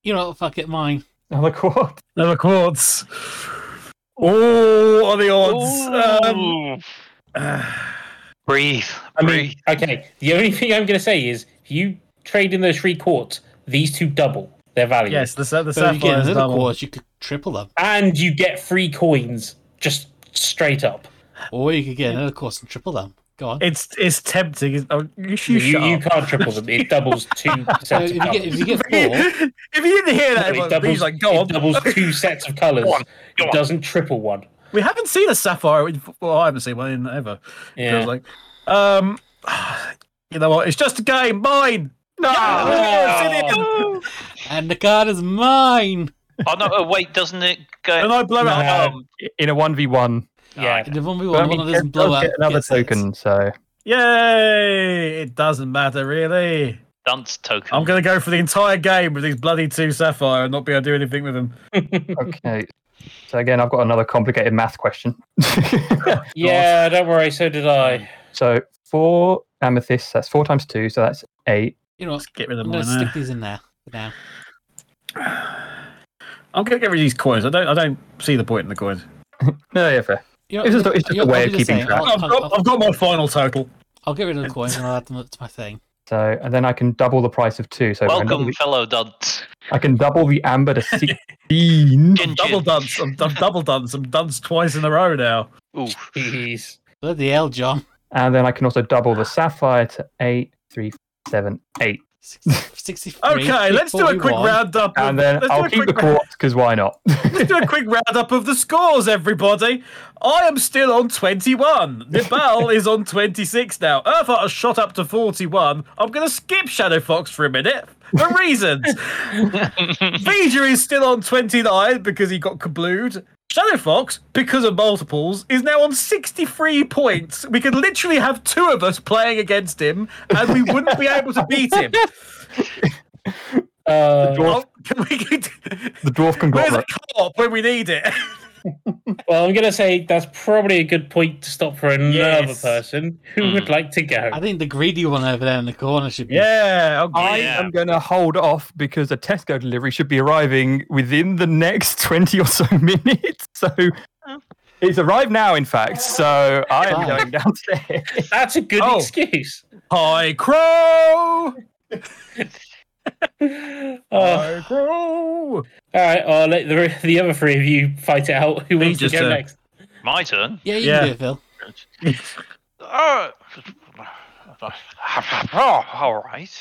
Speaker 2: you know, what, fuck it, mine.
Speaker 1: Another quartz.
Speaker 5: Another quartz. Oh, are the odds? Um,
Speaker 4: Ooh.
Speaker 5: uh,
Speaker 4: breathe.
Speaker 3: I
Speaker 4: breathe.
Speaker 3: mean, okay. The only thing I'm going to say is if you trade in those three quarts, these two double their value.
Speaker 5: yes, the, sa- the
Speaker 2: So you get
Speaker 5: sapphire is
Speaker 2: another
Speaker 5: double.
Speaker 2: quartz, you could triple them,
Speaker 3: And you get three coins just straight up.
Speaker 2: or you could get another quartz and triple them. Go on.
Speaker 5: It's it's tempting. It's, oh, you should
Speaker 3: You,
Speaker 5: shut
Speaker 3: you
Speaker 5: up.
Speaker 3: can't triple them. It doubles two
Speaker 2: So
Speaker 3: sets
Speaker 2: if
Speaker 3: of
Speaker 2: you get
Speaker 3: colors.
Speaker 2: if you get four,
Speaker 5: if you didn't hear that,
Speaker 3: it
Speaker 5: everyone,
Speaker 3: doubles,
Speaker 5: he's like, go
Speaker 3: it
Speaker 5: on.
Speaker 3: doubles two sets of colors.
Speaker 4: Go on, go
Speaker 3: it
Speaker 4: on.
Speaker 3: doesn't triple one.
Speaker 5: We haven't seen a sapphire. in- Well, I haven't seen one in ever. So I
Speaker 3: Yeah.
Speaker 5: was like, um, you know what? It's just a game. Mine. No. obsidian.
Speaker 2: and the card is mine.
Speaker 4: Oh no! Oh, wait, doesn't it go?
Speaker 5: And I blow it up.
Speaker 4: Um,
Speaker 1: In a 1v1.
Speaker 3: yeah.
Speaker 5: ah,
Speaker 2: And if one we
Speaker 1: But
Speaker 2: want, one of
Speaker 1: Kev
Speaker 2: those blow
Speaker 1: does
Speaker 2: up.
Speaker 1: get another
Speaker 2: gets it.
Speaker 1: token, so
Speaker 5: Yay! It doesn't matter really.
Speaker 4: dance token.
Speaker 5: I'm gonna go for the entire game with these bloody two sapphire and not be able to do anything with them.
Speaker 1: okay. So again, I've got another complicated math question.
Speaker 3: Yeah, don't worry. So did I.
Speaker 1: so four amethysts, that's four times two, so that's eight.
Speaker 2: You know, what,
Speaker 5: Let's get rid of
Speaker 2: I'm
Speaker 5: mine.
Speaker 2: gonna stick
Speaker 5: eh?
Speaker 2: these in there for now.
Speaker 5: I'm gonna get rid of these coins. I don't. I don't see the point in the coins.
Speaker 1: No, yeah, fair.
Speaker 2: You know,
Speaker 1: It's just a-
Speaker 2: you-
Speaker 1: it's just
Speaker 2: you-
Speaker 1: a way
Speaker 2: I'll
Speaker 1: of
Speaker 2: do the
Speaker 1: keeping
Speaker 2: same.
Speaker 1: track.
Speaker 2: I'll,
Speaker 5: I've got. I've got my final total.
Speaker 2: I'll get rid of the coins and I'll add them up to my thing.
Speaker 1: So and then I can double the price of two. So I can double
Speaker 4: Welcome,
Speaker 1: the,
Speaker 4: fellow duds.
Speaker 1: I can double the amber to sixteen.
Speaker 4: Gin,
Speaker 5: Double
Speaker 4: gin.
Speaker 5: dunce. I'm, I'm double dunce. I'm dunce twice in a row now.
Speaker 4: Ooh,
Speaker 3: Jeez.
Speaker 2: Bloody hell, John.
Speaker 1: and then I can also double the sapphire to eight, three, seven, eight.
Speaker 2: 63.
Speaker 5: Okay, let's do a quick
Speaker 2: 41.
Speaker 5: roundup. Of,
Speaker 1: And then
Speaker 5: let's do
Speaker 1: I'll
Speaker 5: a
Speaker 1: keep the
Speaker 5: quick-
Speaker 1: quartz because why not?
Speaker 5: Let's do a quick roundup of the scores, everybody. I am still on 21. Nibal is on 26 now. Earthart has shot up to 41. I'm going to skip Shadow Fox for a minute for reasons. Vija is still on 29 because he got kablooed. Shadow Fox, because of multiples, is now on 63 points. We could literally have two of us playing against him and we wouldn't be able to beat him.
Speaker 3: Uh,
Speaker 5: Oh, can we get-
Speaker 1: the dwarf
Speaker 5: Where's the
Speaker 1: conglomerate.
Speaker 5: co-op when we need it?
Speaker 3: well, I'm going to say that's probably a good point to stop for another
Speaker 5: Yes.
Speaker 3: person who
Speaker 4: Hmm.
Speaker 3: would like to go.
Speaker 2: I think the greedy one over there in the corner should be.
Speaker 5: Yeah, okay.
Speaker 1: I
Speaker 4: Yeah.
Speaker 1: am going to hold off because a Tesco
Speaker 5: Oh.
Speaker 1: delivery should be arriving within the next 20 or so minutes. So He's arrived now, in fact. So I am
Speaker 2: Fine.
Speaker 1: going downstairs.
Speaker 3: That's a good
Speaker 5: Oh.
Speaker 3: excuse.
Speaker 5: Hi, Crow!
Speaker 3: Oh,
Speaker 5: Hi, Crow!
Speaker 3: all right, I'll let the, the other three of you fight it out. Who
Speaker 5: Me
Speaker 3: wants to
Speaker 5: just,
Speaker 3: go
Speaker 5: uh,
Speaker 3: next?
Speaker 4: My turn.
Speaker 2: Yeah, you
Speaker 5: Yeah.
Speaker 2: can do it, Phil.
Speaker 4: Oh, all right.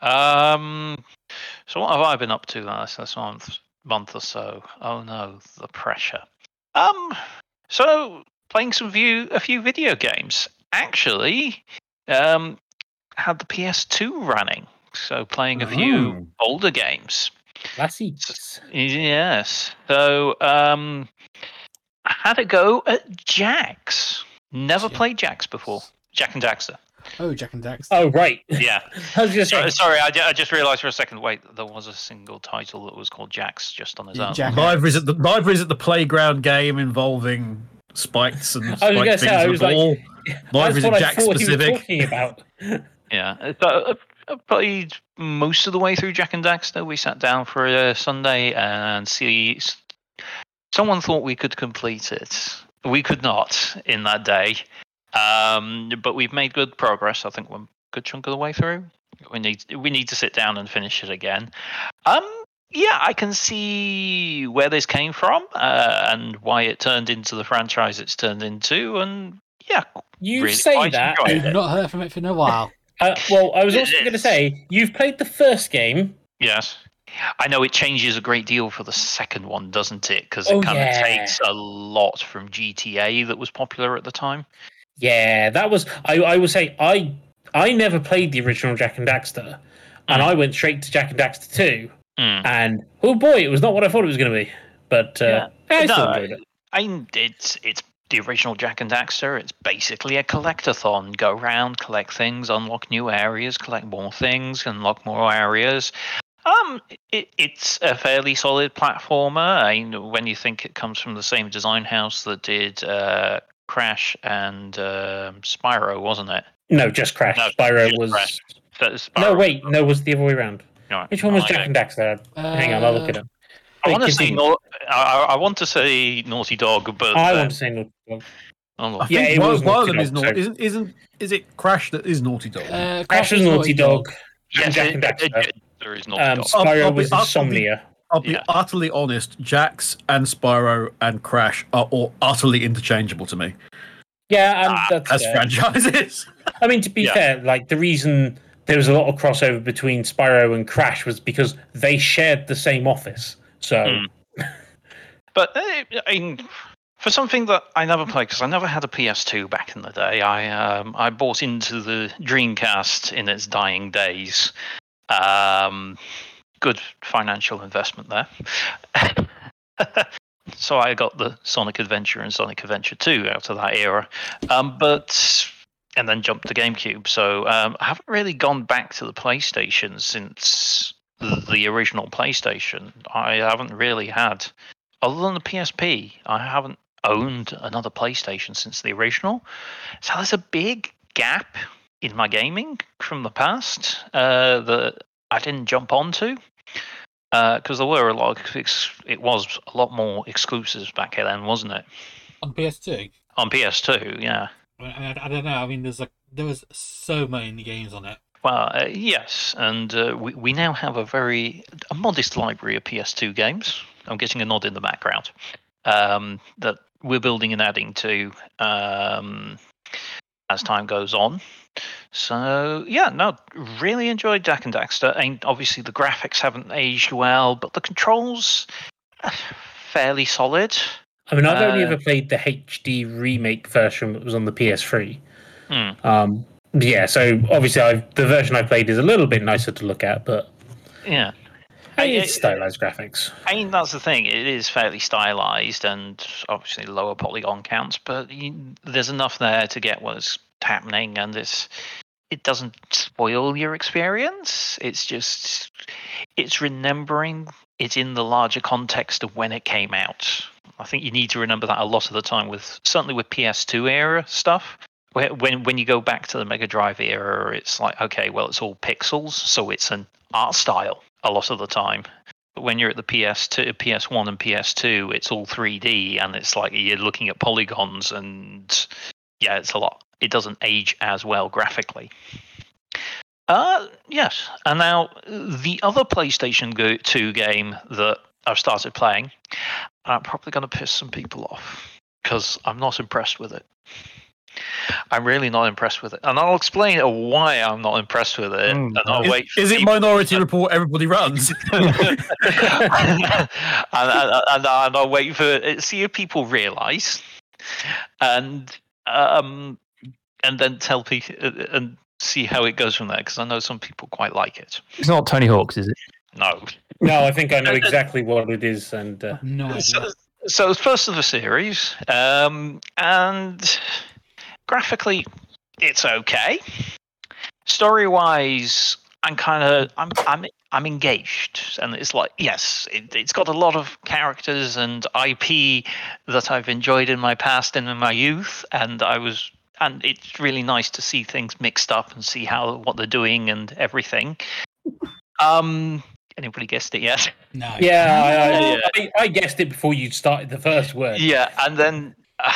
Speaker 4: Um, so what have I been up to last this month, month or so? Oh no, the pressure. Um, so playing some view a few video games. Actually, um, had the PS2 running, so playing a few older games.
Speaker 3: Lassie.
Speaker 4: Yes. So um, I had a go at Jax. Never
Speaker 2: Yeah.
Speaker 4: played Jax before. Jack and Daxter.
Speaker 2: Oh, Jack and Dax.
Speaker 3: Oh, right.
Speaker 4: Yeah.
Speaker 3: I was just
Speaker 4: Sorry, sorry I, ju- I just realised for a second. Wait, there was a single title that was called Jax just on his
Speaker 2: Yeah,
Speaker 4: own.
Speaker 2: Jax.
Speaker 5: Libraries at the libraries at the playground game involving spikes and
Speaker 3: I was
Speaker 5: spike
Speaker 3: gonna
Speaker 5: things
Speaker 3: say, I
Speaker 5: and a
Speaker 3: was like-
Speaker 5: ball.
Speaker 3: That's
Speaker 5: libraries
Speaker 3: what
Speaker 5: at
Speaker 3: I
Speaker 5: Jack
Speaker 3: thought he was
Speaker 5: specific.
Speaker 3: talking about.
Speaker 4: Yeah, Uh, so I, I played most of the way through Jack and Daxter. We sat down for a Sunday and see. Someone thought we could complete it. We could not in that day, um, but we've made good progress. I think we're a good chunk of the way through. We need we need to sit down and finish it again. Um, yeah, I can see where this came from uh, and why it turned into the franchise it's turned into, and yeah,
Speaker 3: You
Speaker 4: Really? I
Speaker 3: say that.
Speaker 4: enjoyed
Speaker 2: You've not heard from it for a while.
Speaker 3: Uh, well, I was also
Speaker 4: Yes.
Speaker 3: going to say you've played the first game.
Speaker 4: Yes. I know it changes a great deal for the second one, doesn't it? Because it
Speaker 3: Oh,
Speaker 4: kind of
Speaker 3: yeah.
Speaker 4: takes a lot from GTA that was popular at the time.
Speaker 3: Yeah, that was. I, I will say I I never played the original Jack and Daxter, and I went straight to Jack and Daxter two,
Speaker 4: Mm.
Speaker 3: and oh boy, it was not what I thought it was going to be. But uh, I still
Speaker 4: No,
Speaker 3: enjoyed it.
Speaker 4: And it's it's the original Jack and Daxter. It's basically a collectathon. Go round, collect things, unlock new areas, collect more things, unlock more areas. Um, it, it's a fairly solid platformer. I mean, when you think it comes from the same design house that did uh, Crash and um Spyro, wasn't it?
Speaker 3: No, just Crash.
Speaker 4: No,
Speaker 3: Spyro
Speaker 4: just
Speaker 3: was.
Speaker 4: Crash. So Spyro
Speaker 3: No, wait, no, it was the other way around.
Speaker 4: Right.
Speaker 3: Which one was
Speaker 4: I-
Speaker 3: Jack and Daxter? Hang on, I'll look it up.
Speaker 4: I want to
Speaker 3: Give
Speaker 4: say
Speaker 3: me-
Speaker 4: nau- I, I want to say Naughty Dog, but
Speaker 3: I
Speaker 4: uh,
Speaker 3: want to say no.
Speaker 4: I'm not-
Speaker 5: I
Speaker 3: Yeah,
Speaker 5: think
Speaker 3: it
Speaker 5: one,
Speaker 3: was
Speaker 5: one of
Speaker 3: Naughty
Speaker 5: them is
Speaker 3: Dog,
Speaker 5: naughty.
Speaker 3: so-
Speaker 5: Isn't isn't is it Crash that is Naughty Dog?
Speaker 2: Uh,
Speaker 3: Crash was Naughty Dog.
Speaker 4: Yes,
Speaker 3: Jack
Speaker 4: it-
Speaker 3: and Daxter.
Speaker 4: it- There is not.
Speaker 3: Um,
Speaker 4: dog.
Speaker 5: I'll- I'll
Speaker 3: Spyro
Speaker 5: be-
Speaker 3: was
Speaker 5: I'll be-
Speaker 3: insomnia.
Speaker 5: I'll be
Speaker 4: Yeah.
Speaker 5: utterly honest. Jax and Spyro and Crash are all utterly interchangeable to me
Speaker 3: Yeah,
Speaker 4: Ah,
Speaker 3: and that's
Speaker 5: as
Speaker 3: fair.
Speaker 5: franchises.
Speaker 3: I mean, to be
Speaker 4: Yeah.
Speaker 3: fair, like the reason there was a lot of crossover between Spyro and Crash was because they shared the same office. So
Speaker 4: Hmm. But uh, I mean, for something that I never played because I never had a PS2 back in the day, I um, I bought into the Dreamcast in its dying days. Um, good financial investment there. so I got the Sonic Adventure and Sonic Adventure 2 out of that era, um, but and then jumped to GameCube. So um, I haven't really gone back to the PlayStation since the original PlayStation. I haven't really had other than the PSP, I haven't owned another PlayStation since the original. So there's a big gap in my gaming from the past uh, that I didn't jump onto because there were a lot. Of ex- it was a lot more exclusives back then, wasn't it?
Speaker 2: on PS2.
Speaker 4: On PS2, yeah.
Speaker 2: I, mean, I, I don't know. I mean, there's like there was so many games on it.
Speaker 4: Well, uh, yes, and uh, we we now have a very a modest library of PS2 games. I'm getting a nod in the background. Um, that we're building and adding to um, as time goes on. So yeah, no, really enjoyed Jack and Daxter. And obviously the graphics haven't aged well, but the controls uh, fairly solid.
Speaker 3: I mean, I've only
Speaker 4: Uh,
Speaker 3: ever played the HD remake version that was on the PS3.
Speaker 4: Hmm.
Speaker 3: Um, yeah, so obviously I've, the version I played is a little bit nicer to look at, but
Speaker 4: Yeah.
Speaker 3: I mean,
Speaker 4: I-
Speaker 3: it's
Speaker 4: I-
Speaker 3: stylized graphics.
Speaker 4: I mean, that's the thing. It is fairly stylized and obviously lower polygon counts, but you, there's enough there to get what's happening, and it's it doesn't spoil your experience. It's just it's remembering it in the larger context of when it came out. I think you need to remember that a lot of the time with certainly with PS2 era stuff. Where- When when you go back to the Mega Drive era, it's like okay, well, it's all pixels, so it's an art style a lot of the time. But when you're at the PS2, PS1 and PS2, it's all 3D and it's like you're looking at polygons and yeah, it's a lot. It doesn't age as well graphically. Uh, yes. And now the other PlayStation go- 2 game that I've started playing, and I'm probably going to piss some people off because I'm not impressed with it. I'm really not impressed with it. And I'll explain why I'm not impressed with it.
Speaker 1: Mm.
Speaker 4: and I'll
Speaker 5: Hmm. Is-
Speaker 4: Oh, wait for
Speaker 5: is it
Speaker 4: people-
Speaker 5: Minority Report? Everybody runs.
Speaker 4: and, and, and I'll wait for see if people realise, and um, and then tell people and see how it goes from there because I know some people quite like it.
Speaker 1: It's not Tony Hawk's, is it?
Speaker 4: No,
Speaker 3: No, I think I know exactly what it is, and uh,
Speaker 2: No idea.
Speaker 4: so, so it's first of the series, um, and graphically, it's okay. Story wise, I'm kind of I'm I'm I'm engaged, and it's like yes, it, it's got a lot of characters and IP that I've enjoyed in my past and in my youth, and I was. And it's really nice to see things mixed up and see how what they're doing and everything. Um, anybody guessed it yet?
Speaker 2: no.
Speaker 3: yeah, I, I,
Speaker 4: Yeah.
Speaker 3: I, I guessed it before you started the first word.
Speaker 4: Yeah, and then uh,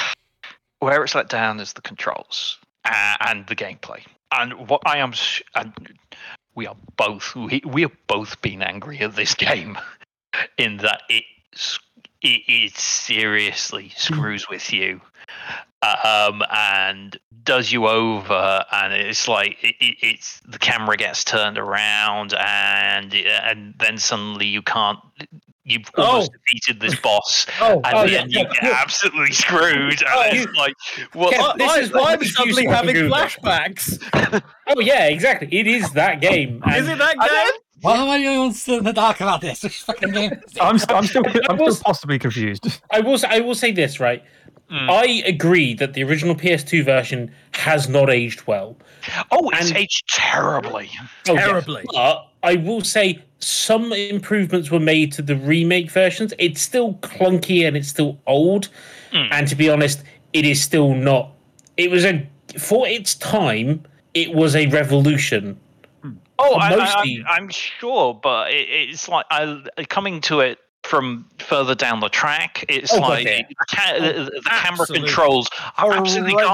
Speaker 4: where it's let down is the controls uh, and the gameplay. And what I am, sh- and we are both we we have both been angry at this game, in that it s- it, it seriously screws with you, um, and does you over. And it's like it, it, it's the camera gets turned around, and and then suddenly you can't. You've
Speaker 3: Oh.
Speaker 4: almost defeated this boss,
Speaker 3: Oh,
Speaker 4: and
Speaker 3: oh yeah.
Speaker 4: then
Speaker 3: yeah,
Speaker 4: you get absolutely screwed. And
Speaker 3: Oh,
Speaker 4: it's
Speaker 3: you-
Speaker 4: like, what?
Speaker 3: Yeah, this
Speaker 5: Why-
Speaker 3: is
Speaker 5: why
Speaker 3: what
Speaker 5: am I
Speaker 3: we
Speaker 5: suddenly
Speaker 3: use on
Speaker 5: having
Speaker 3: Google.
Speaker 5: flashbacks?
Speaker 3: Oh yeah, exactly. It is that game.
Speaker 5: Is
Speaker 3: and-
Speaker 5: it that
Speaker 4: I
Speaker 5: game?
Speaker 2: Why am I the only one still in the dark about this? Which fucking game? is it?
Speaker 1: I'm, st- I'm still, I'm still
Speaker 3: was-
Speaker 1: possibly confused.
Speaker 3: I will. s- I will say this right.
Speaker 4: Mm.
Speaker 3: I agree that the original PS2 version has not aged well.
Speaker 4: Oh, it's
Speaker 3: and-
Speaker 4: aged terribly.
Speaker 3: Oh, yeah.
Speaker 5: Terribly.
Speaker 3: But I will say some improvements were made to the remake versions. It's still clunky and it's still old.
Speaker 4: Mm.
Speaker 3: And to be honest, it is still not. It was a for its time. It was a revolution.
Speaker 4: Oh, I, I,
Speaker 3: mostly-
Speaker 4: I'm, I'm sure, but it, it's like I, coming to it from further down the track. It's
Speaker 3: Oh, God,
Speaker 4: like
Speaker 3: yeah.
Speaker 4: the, ca- the, the camera
Speaker 5: Absolutely.
Speaker 4: controls are absolutely
Speaker 5: Horrendous.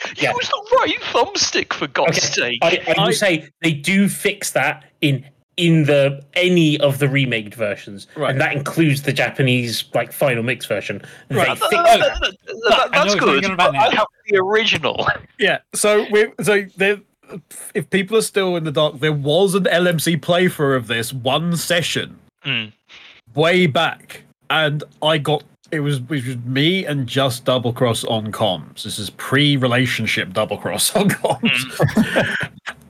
Speaker 4: garbage.
Speaker 3: Yeah.
Speaker 4: Use the right thumbstick for God's
Speaker 3: Okay,
Speaker 4: sake.
Speaker 3: I, I will
Speaker 5: I-
Speaker 3: say they do fix that in in the any of the remade versions,
Speaker 5: Right.
Speaker 3: and that includes the Japanese like final mix version. They
Speaker 5: Right.
Speaker 3: fix-
Speaker 4: That- that- that-
Speaker 2: I know
Speaker 4: that- that's
Speaker 2: what you're
Speaker 4: good.
Speaker 2: thinking
Speaker 4: but
Speaker 2: about
Speaker 4: I
Speaker 2: now.
Speaker 4: have the original.
Speaker 5: Yeah. So we so there. If people are still in the dark, there was an LMC playthrough of this one session
Speaker 4: Mm.
Speaker 5: way back, and I got it was it was me and just double cross on comms. This is pre-relationship double cross on comms,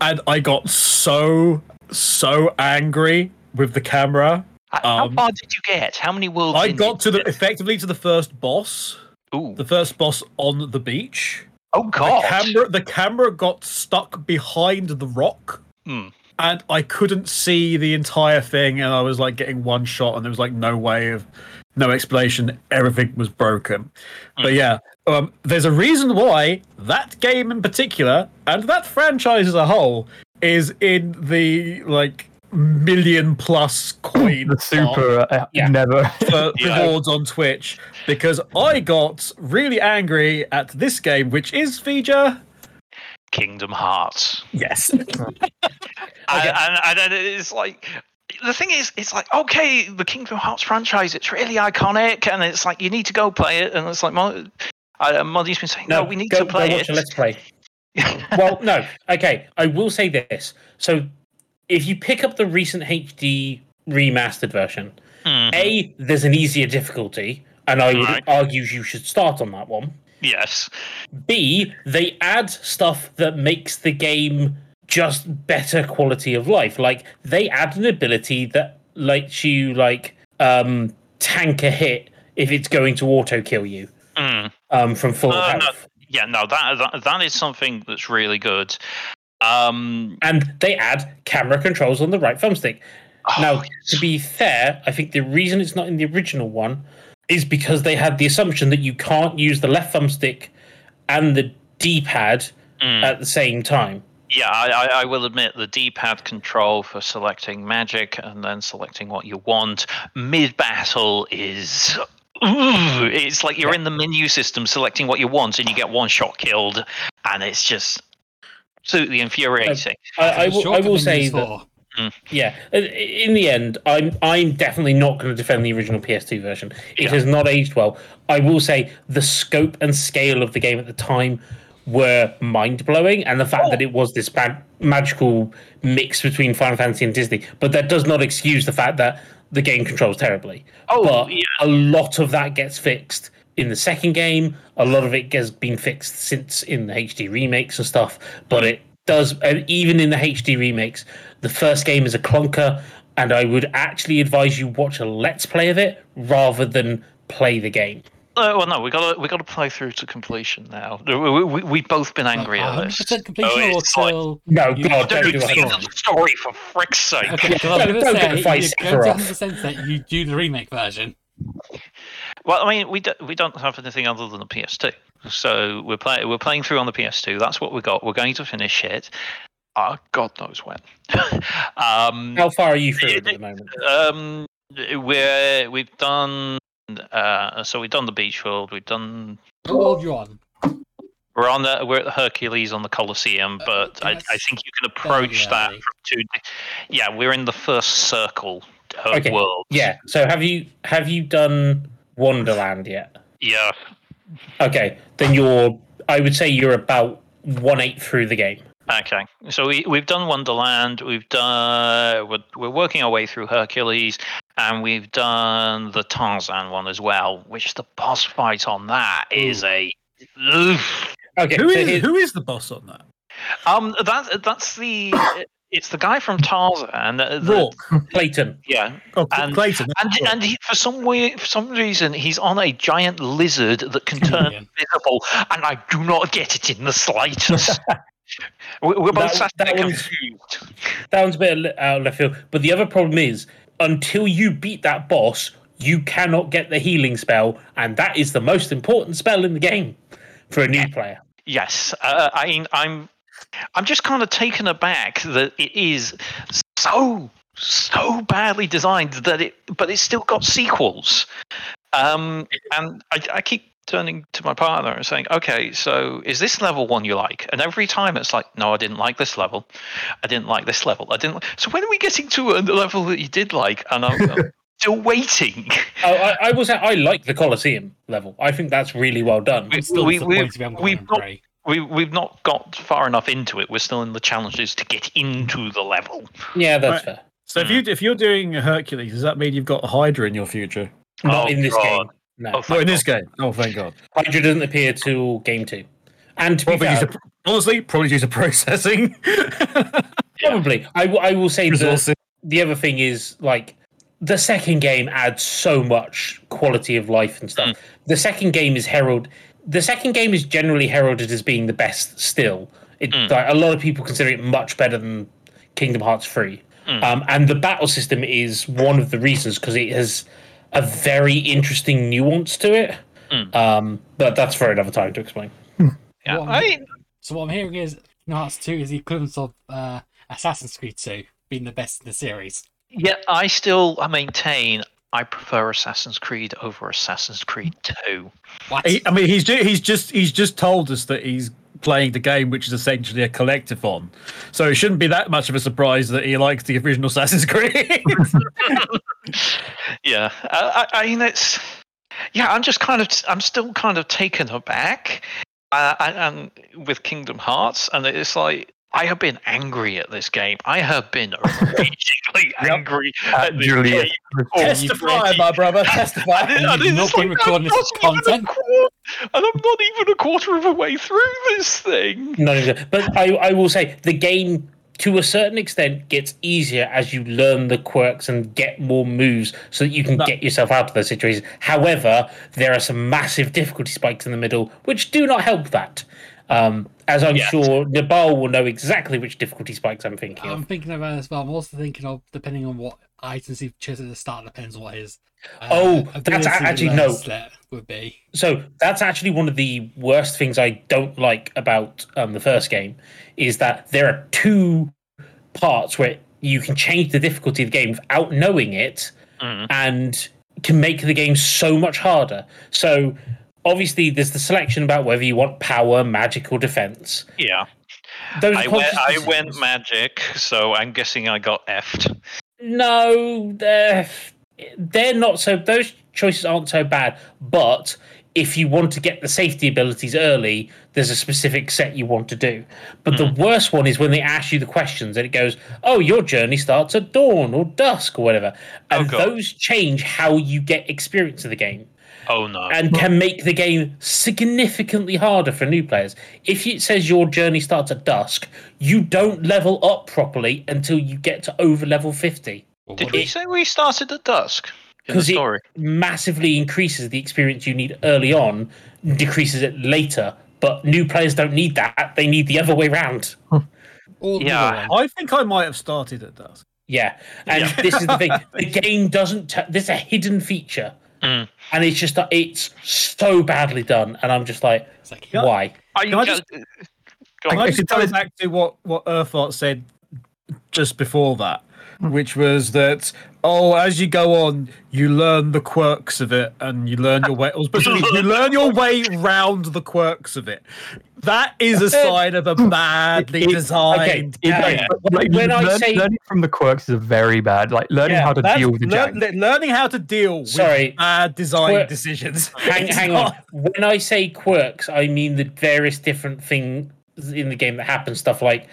Speaker 5: and I got so so angry with the camera.
Speaker 4: H- How
Speaker 5: Um,
Speaker 4: far did you get? How many worlds?
Speaker 5: I
Speaker 4: in
Speaker 5: got to
Speaker 4: did you
Speaker 5: the effectively to the first boss,
Speaker 4: get? Ooh.
Speaker 5: the first boss on the beach.
Speaker 4: oh God!
Speaker 5: The camera, the camera got stuck behind the rock,
Speaker 4: Hmm.
Speaker 5: and I couldn't see the entire thing. And I was like getting one shot, and there was like no way of, no explanation. Everything was broken. But yeah, um, there's a reason why that game in particular, and that franchise as a whole, is in the like million plus coin
Speaker 1: The
Speaker 5: bar
Speaker 1: super uh,
Speaker 3: Yeah.
Speaker 1: never.
Speaker 5: for
Speaker 4: Yeah.
Speaker 5: rewards on Twitch because I got really angry at this game, which is feature.
Speaker 4: Kingdom Hearts.
Speaker 5: Yes.
Speaker 4: And-
Speaker 3: Um,
Speaker 4: and, and, then it's like the thing is, it's like okay, the Kingdom Hearts franchise, it's really iconic, and it's like you need to go play it, and it's like Mod, uh, Moddy's been saying, no, we need
Speaker 3: go,
Speaker 4: to play
Speaker 3: go watch
Speaker 4: it.
Speaker 3: a let's play. well, no. Okay, I will say this. So, if you pick up the recent HD remastered version,
Speaker 4: Mm,
Speaker 3: a there's an easier difficulty, and I would
Speaker 4: Right.
Speaker 3: argue you should start on that one.
Speaker 4: yes,
Speaker 3: B, they add stuff that makes the game just better quality of life. Like they add an ability that lets you like um tank a hit if it's going to auto kill you
Speaker 4: Mm.
Speaker 3: um from full
Speaker 4: No, no.
Speaker 3: health.
Speaker 4: yeah, no, that, that that is something that's really good. Um,
Speaker 3: And they add camera controls on the right thumbstick. now,
Speaker 4: oh,
Speaker 3: to be fair, I think the reason it's not in the original one is because they had the assumption that you can't use the left thumbstick and the D pad
Speaker 4: mm.
Speaker 3: at the same time.
Speaker 4: Yeah, I, I, I will admit the D-pad control for selecting magic and then selecting what you want mid-battle is. Ooh, it's like you're in the menu system selecting what you want and you get one shot killed, and it's just absolutely infuriating.
Speaker 3: I, I will, I will say that
Speaker 2: that.
Speaker 3: Yeah, i- in the end, I'm I'm definitely not going to defend the original PS2 version. It
Speaker 4: Yeah.
Speaker 3: has not aged well. I will say the scope and scale of the game at the time were mind blowing, and the fact
Speaker 4: Oh.
Speaker 3: that it was this mag- magical mix between Final Fantasy and Disney. But that does not excuse the fact that the game controls terribly.
Speaker 4: Oh,
Speaker 3: but
Speaker 4: yeah.
Speaker 3: a lot of that gets fixed in the second game. A lot of it has been fixed since in the HD remakes and stuff. But it does, and even in the HD remakes, the first game is a clunker. And I would actually advise you watch a let's play of it rather than play the game.
Speaker 4: Uh, well, no, we got to we got to play through to completion now. Uh, We, we, we we've both been angry at this.
Speaker 2: 100% completion
Speaker 4: Oh,
Speaker 2: or
Speaker 4: it's like-
Speaker 2: till
Speaker 3: No,
Speaker 2: You
Speaker 3: God,
Speaker 4: Don't
Speaker 3: don't do
Speaker 4: do
Speaker 3: a
Speaker 2: it.
Speaker 4: the story for frick's sake.
Speaker 2: Okay, because I
Speaker 3: Don't-
Speaker 2: was
Speaker 3: don't
Speaker 2: going
Speaker 3: get
Speaker 2: to
Speaker 3: a fight
Speaker 2: say, you're
Speaker 3: Sephiroth.
Speaker 2: going to 100% that you do the remake version.
Speaker 4: Well, I mean, we do, we don't have anything other than a PS2, so we're playing we're playing through on the PS2. That's what we got. We're going to finish it. Ah, God knows when. um,
Speaker 3: How far are you through it at the moment?
Speaker 4: um, we're we've done uh, so we've done the beach world. We've done
Speaker 3: Oh.
Speaker 2: What world you're on?
Speaker 4: we're on the we're at the Hercules on the Colosseum, but I, I think you can approach that
Speaker 2: Barely.
Speaker 4: from two. di- Yeah, we're in the first circle of
Speaker 3: Okay,
Speaker 4: worlds.
Speaker 3: Yeah. So have you have you done Wonderland yet?
Speaker 4: yeah.
Speaker 3: Okay, then you're. I would say you're about one eighth through the game.
Speaker 4: Okay, so we we've done Wonderland, we've done we're, we're working our way through Hercules, and we've done the Tarzan one as well. Which the boss fight on that is a. Oof.
Speaker 3: Okay.
Speaker 5: Who
Speaker 3: so
Speaker 5: is
Speaker 3: here's-
Speaker 5: who is the boss on that?
Speaker 4: Um, that that's the it's the guy from Tarzan. uh, the-
Speaker 5: Rourke.
Speaker 3: Clayton?
Speaker 4: Yeah,
Speaker 5: Oh,
Speaker 4: And-
Speaker 5: Clayton.
Speaker 4: and
Speaker 5: Rourke.
Speaker 4: and he, for some way, for some reason, he's on a giant lizard that can turn
Speaker 2: Brilliant.
Speaker 4: invisible, and I do not get it in the slightest. We- We're both
Speaker 3: That-
Speaker 4: sat
Speaker 3: that
Speaker 4: there
Speaker 3: one's-
Speaker 4: confused.
Speaker 3: That one's a bit li- out of left field. But the other problem is, until you beat that boss, you cannot get the healing spell, and that is the most important spell in the game for a new player.
Speaker 4: Yes, uh, I mean, I'm, I'm just kind of taken aback that it is so so badly designed that it, but it's still got sequels. Um, and I, I keep turning to my partner and saying, "Okay, so is this level one you like?" And every time it's like, "No, I didn't like this level. I didn't like this level. I didn't." Li-. So when are we getting to a level that you did like? And I'm, I'm still waiting.
Speaker 3: I, Oh, I, I will say I like the Colosseum level. I think that's really well done.
Speaker 4: We-
Speaker 2: It's still
Speaker 4: we-
Speaker 2: disappointing
Speaker 4: we-
Speaker 2: we haven't got
Speaker 4: we've
Speaker 2: Iron
Speaker 4: got-
Speaker 2: Grey.
Speaker 4: We we've not got far enough into it. We're still in the challenges to get into the level.
Speaker 3: Yeah, that's fair.
Speaker 5: So if you if you're doing Hercules, does that mean you've got Hydra in your future?
Speaker 3: Not
Speaker 4: Oh,
Speaker 3: in this
Speaker 4: God.
Speaker 3: game. No,
Speaker 4: Oh,
Speaker 5: Not
Speaker 4: thank
Speaker 5: in this game. Oh, thank God.
Speaker 3: Hydra doesn't appear till game two. And to be
Speaker 5: Probably
Speaker 3: fair,
Speaker 5: due to, honestly, probably due to processing
Speaker 3: probably I, w- I will say the,
Speaker 5: resources.
Speaker 3: the other thing is like the second game adds so much quality of life and stuff. The second game is herald. The second game is generally heralded as being the best. Still, it, like, a lot of people consider it much better than Kingdom Hearts three. Um, and the battle system is one of the reasons because it has a very interesting nuance to it. Um, but that's for another time to explain.
Speaker 4: Yeah,
Speaker 2: One.
Speaker 4: I,
Speaker 2: So what I'm hearing is Kingdom Hearts 2 is the equivalent of uh, Assassin's Creed 2 being the best in the series.
Speaker 4: yeah, I still maintain I prefer Assassin's Creed over Assassin's Creed Two.
Speaker 2: What?
Speaker 5: He- I mean, he's ju- he's just he's just told us that he's playing the game, which is essentially a collectathon. So it shouldn't be that much of a surprise that he likes the original Assassin's Creed.
Speaker 4: Yeah, I, I, I mean it's yeah. I'm just kind of I'm still kind of taken aback, uh, and, and with Kingdom Hearts, and it's like I have been angry at this game. I have been ragingly angry
Speaker 3: Uh,
Speaker 4: at this
Speaker 1: Julia.
Speaker 4: game.
Speaker 3: Oh,
Speaker 5: Testify,
Speaker 4: already.
Speaker 5: my brother. Testify.
Speaker 4: And it-
Speaker 2: You've
Speaker 4: and it's
Speaker 2: not been
Speaker 4: like, I'm
Speaker 2: recording this as
Speaker 4: not even a
Speaker 2: content.
Speaker 4: quar- and I'm not even a quarter of a way through this thing.
Speaker 3: No, no, no. but I, I will say the game to a certain extent gets easier as you learn the quirks and get more moves so that you can get yourself out of those situations. However, there are some massive difficulty spikes in the middle which do not help that. Um, as I'm
Speaker 4: Yes.
Speaker 3: sure Nabal will know exactly which difficulty spikes I'm thinking
Speaker 2: I'm
Speaker 3: of.
Speaker 2: thinking of that as well. I'm also thinking of depending on what items you've chosen at the start depends on what his. Uh,
Speaker 3: Oh, that's
Speaker 2: ability
Speaker 3: a- actually, no.
Speaker 2: bracelet Would be
Speaker 3: So that's actually one of the worst things I don't like about um, the first game is that there are two parts where you can change the difficulty of the game without knowing it,
Speaker 4: Mm-hmm.
Speaker 3: and can make the game so much harder. So obviously, there's the selection about whether you want power, magic, or defense.
Speaker 4: Yeah,
Speaker 3: Those are
Speaker 4: I went,
Speaker 3: conscious
Speaker 4: I
Speaker 3: decisions.
Speaker 4: went magic, so I'm guessing I got effed.
Speaker 3: No, they're they're not so. Those choices aren't so bad, but if you want to get the safety abilities early, there's a specific set you want to do. But the worst one is when they ask you the questions and it goes, "Oh, your journey starts at dawn or dusk or whatever," and
Speaker 4: God.
Speaker 3: those change how you get experience of the game
Speaker 4: Oh no.
Speaker 3: and can make the game significantly harder for new players. If it says your journey starts at dusk, you don't level up properly until you get to over level fifty.
Speaker 2: Well,
Speaker 4: Did
Speaker 2: what
Speaker 4: we
Speaker 2: is-
Speaker 4: say we started at dusk? In the
Speaker 3: because it
Speaker 4: story.
Speaker 3: massively increases the experience you need early on, decreases it later. But new players don't need that; they need the other way round.
Speaker 2: all the
Speaker 4: Yeah.
Speaker 2: other one.
Speaker 5: I think I might have started at dusk.
Speaker 3: Yeah, and this is the thing: the game doesn't. T- there's a hidden feature,
Speaker 4: Mm.
Speaker 3: and it's just that it's so badly done, and I'm just like,
Speaker 2: It's like,
Speaker 3: why?
Speaker 4: I,
Speaker 5: Can I just-
Speaker 4: Go
Speaker 5: Can
Speaker 4: on.
Speaker 5: I
Speaker 1: Okay,
Speaker 5: just
Speaker 1: so
Speaker 5: go
Speaker 1: it's-
Speaker 5: back to what what Urfart said just before that, which was that oh, as you go on, you learn the quirks of it, and you learn your way. Or specifically, you learn your way round the quirks of it. That is a sign of a badly
Speaker 1: It- it-
Speaker 5: designed.
Speaker 3: okay, it-
Speaker 5: game.
Speaker 3: yeah.
Speaker 1: Like,
Speaker 3: When I
Speaker 1: learn-
Speaker 3: say-
Speaker 1: learning from the quirks is very bad. Like learning
Speaker 3: Yeah,
Speaker 1: how to
Speaker 5: That's-
Speaker 1: deal with the
Speaker 5: lear-
Speaker 1: jank.
Speaker 5: le- learning how to deal with
Speaker 3: Sorry.
Speaker 5: bad design
Speaker 3: Quir-
Speaker 5: decisions.
Speaker 3: Hang,
Speaker 5: It's
Speaker 3: hang on.
Speaker 5: not-
Speaker 3: When I say quirks, I mean the various different things in the game that happen. Stuff like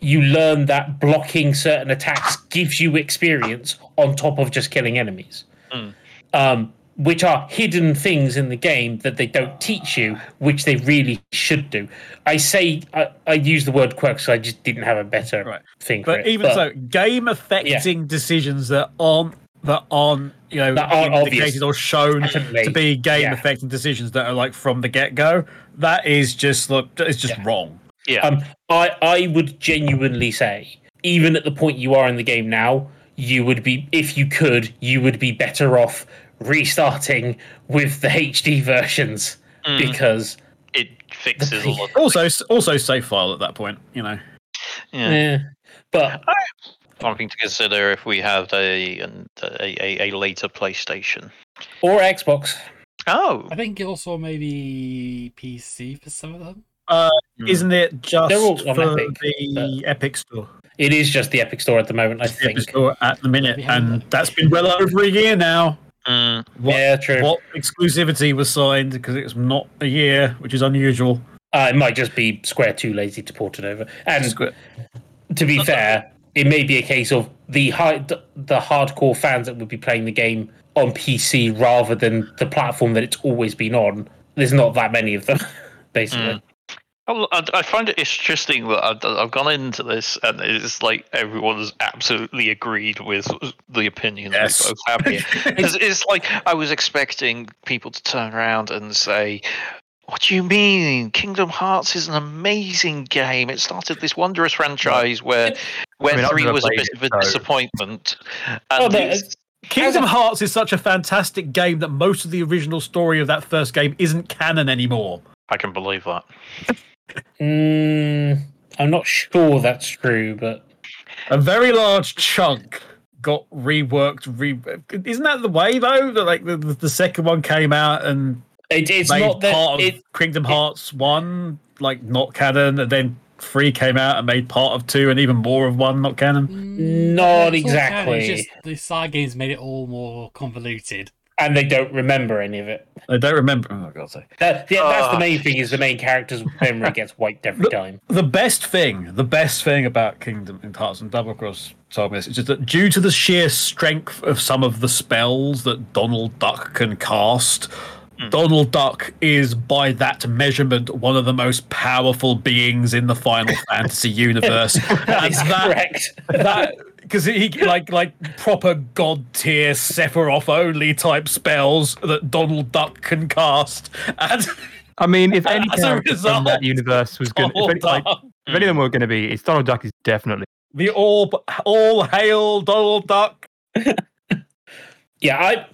Speaker 3: you learn that blocking certain attacks gives you experience on top of just killing enemies,
Speaker 5: Hmm.
Speaker 3: um, which are hidden things in the game that they don't teach you, which they really should do. I say I, I use the word quirks, so I just didn't have a better
Speaker 5: Right.
Speaker 3: thing. for
Speaker 5: But
Speaker 3: it.
Speaker 5: even so, game affecting decisions that aren't that aren't you know
Speaker 3: That aren't obvious.
Speaker 5: indicated or shown
Speaker 3: Definitely.
Speaker 5: to be game
Speaker 3: Yeah.
Speaker 5: affecting decisions that are like from the get go. That is just look, it's just wrong.
Speaker 4: yeah.
Speaker 3: Um, I I would genuinely say, even at the point you are in the game now, you would be if you could, you would be better off restarting with the HD versions
Speaker 5: Mm.
Speaker 3: because
Speaker 4: it fixes a lot.
Speaker 5: Also, also save file at that point. You know,
Speaker 4: Yeah.
Speaker 3: eh. but
Speaker 4: Something to consider if we have a an- a, a, a later PlayStation
Speaker 3: or Xbox.
Speaker 4: Oh,
Speaker 2: I think also maybe PC for some of them.
Speaker 5: Isn't it just
Speaker 3: Hmm. They're all on
Speaker 5: for
Speaker 3: Epic,
Speaker 5: the Epic Store?
Speaker 3: It is just the Epic Store at the moment, I think.
Speaker 5: Epic Store at the minute,
Speaker 2: We haven't
Speaker 5: and
Speaker 2: done-
Speaker 5: that's been well over a year now.
Speaker 4: mm,
Speaker 5: What,
Speaker 3: Yeah, true.
Speaker 5: what exclusivity was signed? Because it's not a year, which is unusual.
Speaker 3: Uh, it might just be Square too lazy to port it over. And
Speaker 5: Square-
Speaker 3: to be fair, it may be a case of the high, the the hardcore fans that would be playing the game on PC rather than the platform that it's always been on. There's not that many of them, basically.
Speaker 4: Oh, I, I find it interesting that I've, I've gone into this and it's like everyone has absolutely agreed with the opinion
Speaker 5: Yes.
Speaker 4: that we both have here. Because it's like I was expecting people to turn around and say, "What do you mean? Kingdom Hearts is an amazing game. It started this wondrous franchise where." Where
Speaker 1: I mean, I've
Speaker 4: three
Speaker 1: never
Speaker 4: was a
Speaker 1: played
Speaker 4: bit
Speaker 1: it,
Speaker 4: of a
Speaker 1: so-
Speaker 4: disappointment, and
Speaker 3: Oh, there-
Speaker 4: it's-
Speaker 5: Kingdom Hearts is such a fantastic game that most of the original story of that first game isn't canon anymore.
Speaker 4: I can believe that.
Speaker 5: Hmm.
Speaker 3: Mm, I'm not sure that's true, but
Speaker 5: A very large chunk got reworked. Re- isn't that the way though? That like the, the second one came out and
Speaker 3: it, it's
Speaker 5: made
Speaker 3: not that.
Speaker 5: part
Speaker 3: It,
Speaker 5: of Kingdom Hearts one like not canon, and then three came out and made part of two and even more of one not canon.
Speaker 3: Not
Speaker 2: It's all canon, it's
Speaker 3: exactly.
Speaker 2: just the side games made it all more convoluted.
Speaker 3: and they don't remember any of it.
Speaker 5: I don't remember. Oh god, sorry.
Speaker 3: That, yeah, that's the
Speaker 4: Ah.
Speaker 3: main thing is the main character's memory gets wiped every
Speaker 5: Look-
Speaker 3: time.
Speaker 5: The best thing, the best thing about Kingdom Hearts and Double Cross told me this, is just that due to the sheer strength of some of the spells that Donald Duck can cast,
Speaker 1: Hmm.
Speaker 5: Donald Duck is by that measurement one of the most powerful beings in the Final Fantasy universe. And
Speaker 3: That's
Speaker 5: that
Speaker 3: correct.
Speaker 5: that because he like like proper god tier Sephiroth only type spells that Donald Duck can cast, and
Speaker 1: I mean, if any
Speaker 5: As a
Speaker 1: character from
Speaker 5: result,
Speaker 1: that universe was going, if,
Speaker 5: Donald
Speaker 1: any, like,
Speaker 5: Duck.
Speaker 1: if any of them were going to be, it's Donald Duck is definitely.
Speaker 5: The all all hail Donald Duck.
Speaker 3: yeah, I,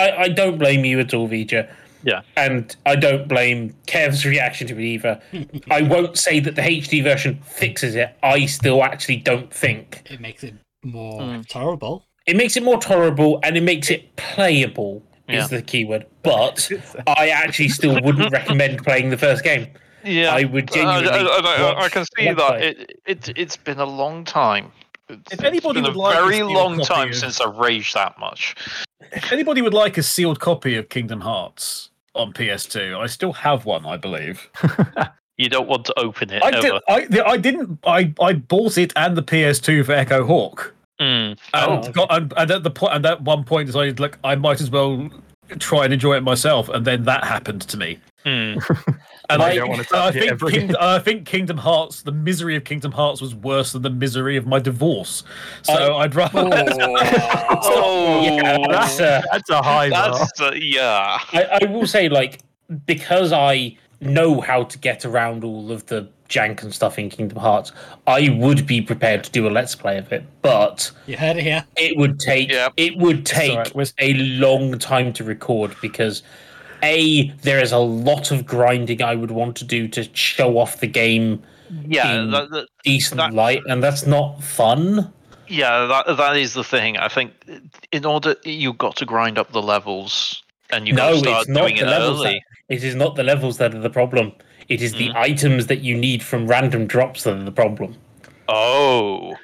Speaker 3: I, I don't blame you at all, Vija.
Speaker 4: Yeah.
Speaker 3: and I don't blame Kev's reaction to it either. I won't say that the HD version fixes it. I still actually don't think
Speaker 2: It makes it more
Speaker 4: Mm.
Speaker 2: tolerable.
Speaker 3: it makes it more tolerable and it makes it playable.
Speaker 4: Yeah.
Speaker 3: Is the keyword, but I actually still wouldn't recommend playing the first game.
Speaker 4: Yeah, Uh,
Speaker 3: I would genuinely.
Speaker 4: I, I, I- I
Speaker 3: watch
Speaker 4: can see
Speaker 3: let's
Speaker 4: that
Speaker 3: play.
Speaker 4: it, it it's been a long time. It's,
Speaker 5: If anybody
Speaker 4: it's been
Speaker 5: would
Speaker 4: a
Speaker 5: like to
Speaker 4: very
Speaker 5: steal a
Speaker 4: long
Speaker 5: copy
Speaker 4: time
Speaker 5: of-
Speaker 4: since I've raged that much.
Speaker 5: If anybody would like a sealed copy of Kingdom Hearts on PS2, I still have one, I believe.
Speaker 4: You don't want to open it
Speaker 5: I,
Speaker 4: ever.
Speaker 5: did, I, the- I didn't. I, I bought it and the PS2 for Echo Hawk,
Speaker 4: Mm.
Speaker 5: and
Speaker 3: Oh, okay.
Speaker 5: got and, and at the point and at one point decided, look, I might as well try and enjoy it myself, and then that happened to me.
Speaker 4: Mm.
Speaker 5: And
Speaker 3: I
Speaker 5: I,
Speaker 3: don't
Speaker 1: wanna
Speaker 5: and I
Speaker 1: touch it
Speaker 5: think
Speaker 1: ever
Speaker 5: King,
Speaker 1: again.
Speaker 5: I think Kingdom Hearts, the misery of Kingdom Hearts was worse than the misery of my divorce. So I, would rather.
Speaker 4: Oh,
Speaker 3: Yeah, that's uh,
Speaker 1: That's a high bar.
Speaker 4: that's uh, yeah.
Speaker 3: I, I will say, like, because I know how to get around all of the jank and stuff in Kingdom Hearts, I would be prepared to do a let's play of it, but
Speaker 2: You heard it here.
Speaker 3: it would take
Speaker 4: Yeah.
Speaker 3: it would
Speaker 5: all
Speaker 3: take
Speaker 5: right, we're-
Speaker 3: a long time to record because a there is a lot of grinding I would want to do to show off the game
Speaker 4: Yeah,
Speaker 3: in
Speaker 4: that, that,
Speaker 3: decent
Speaker 4: That-
Speaker 3: light, and that's not fun.
Speaker 4: yeah. That that is the thing. I think in order you got to grind up the levels, and you
Speaker 3: no,
Speaker 4: got to start
Speaker 3: it's not
Speaker 4: doing
Speaker 3: the
Speaker 4: it
Speaker 3: levels.
Speaker 4: early. Mm.
Speaker 3: that- it is not the levels that are the problem. It is the items that you need from random drops that are the problem.
Speaker 4: Oh,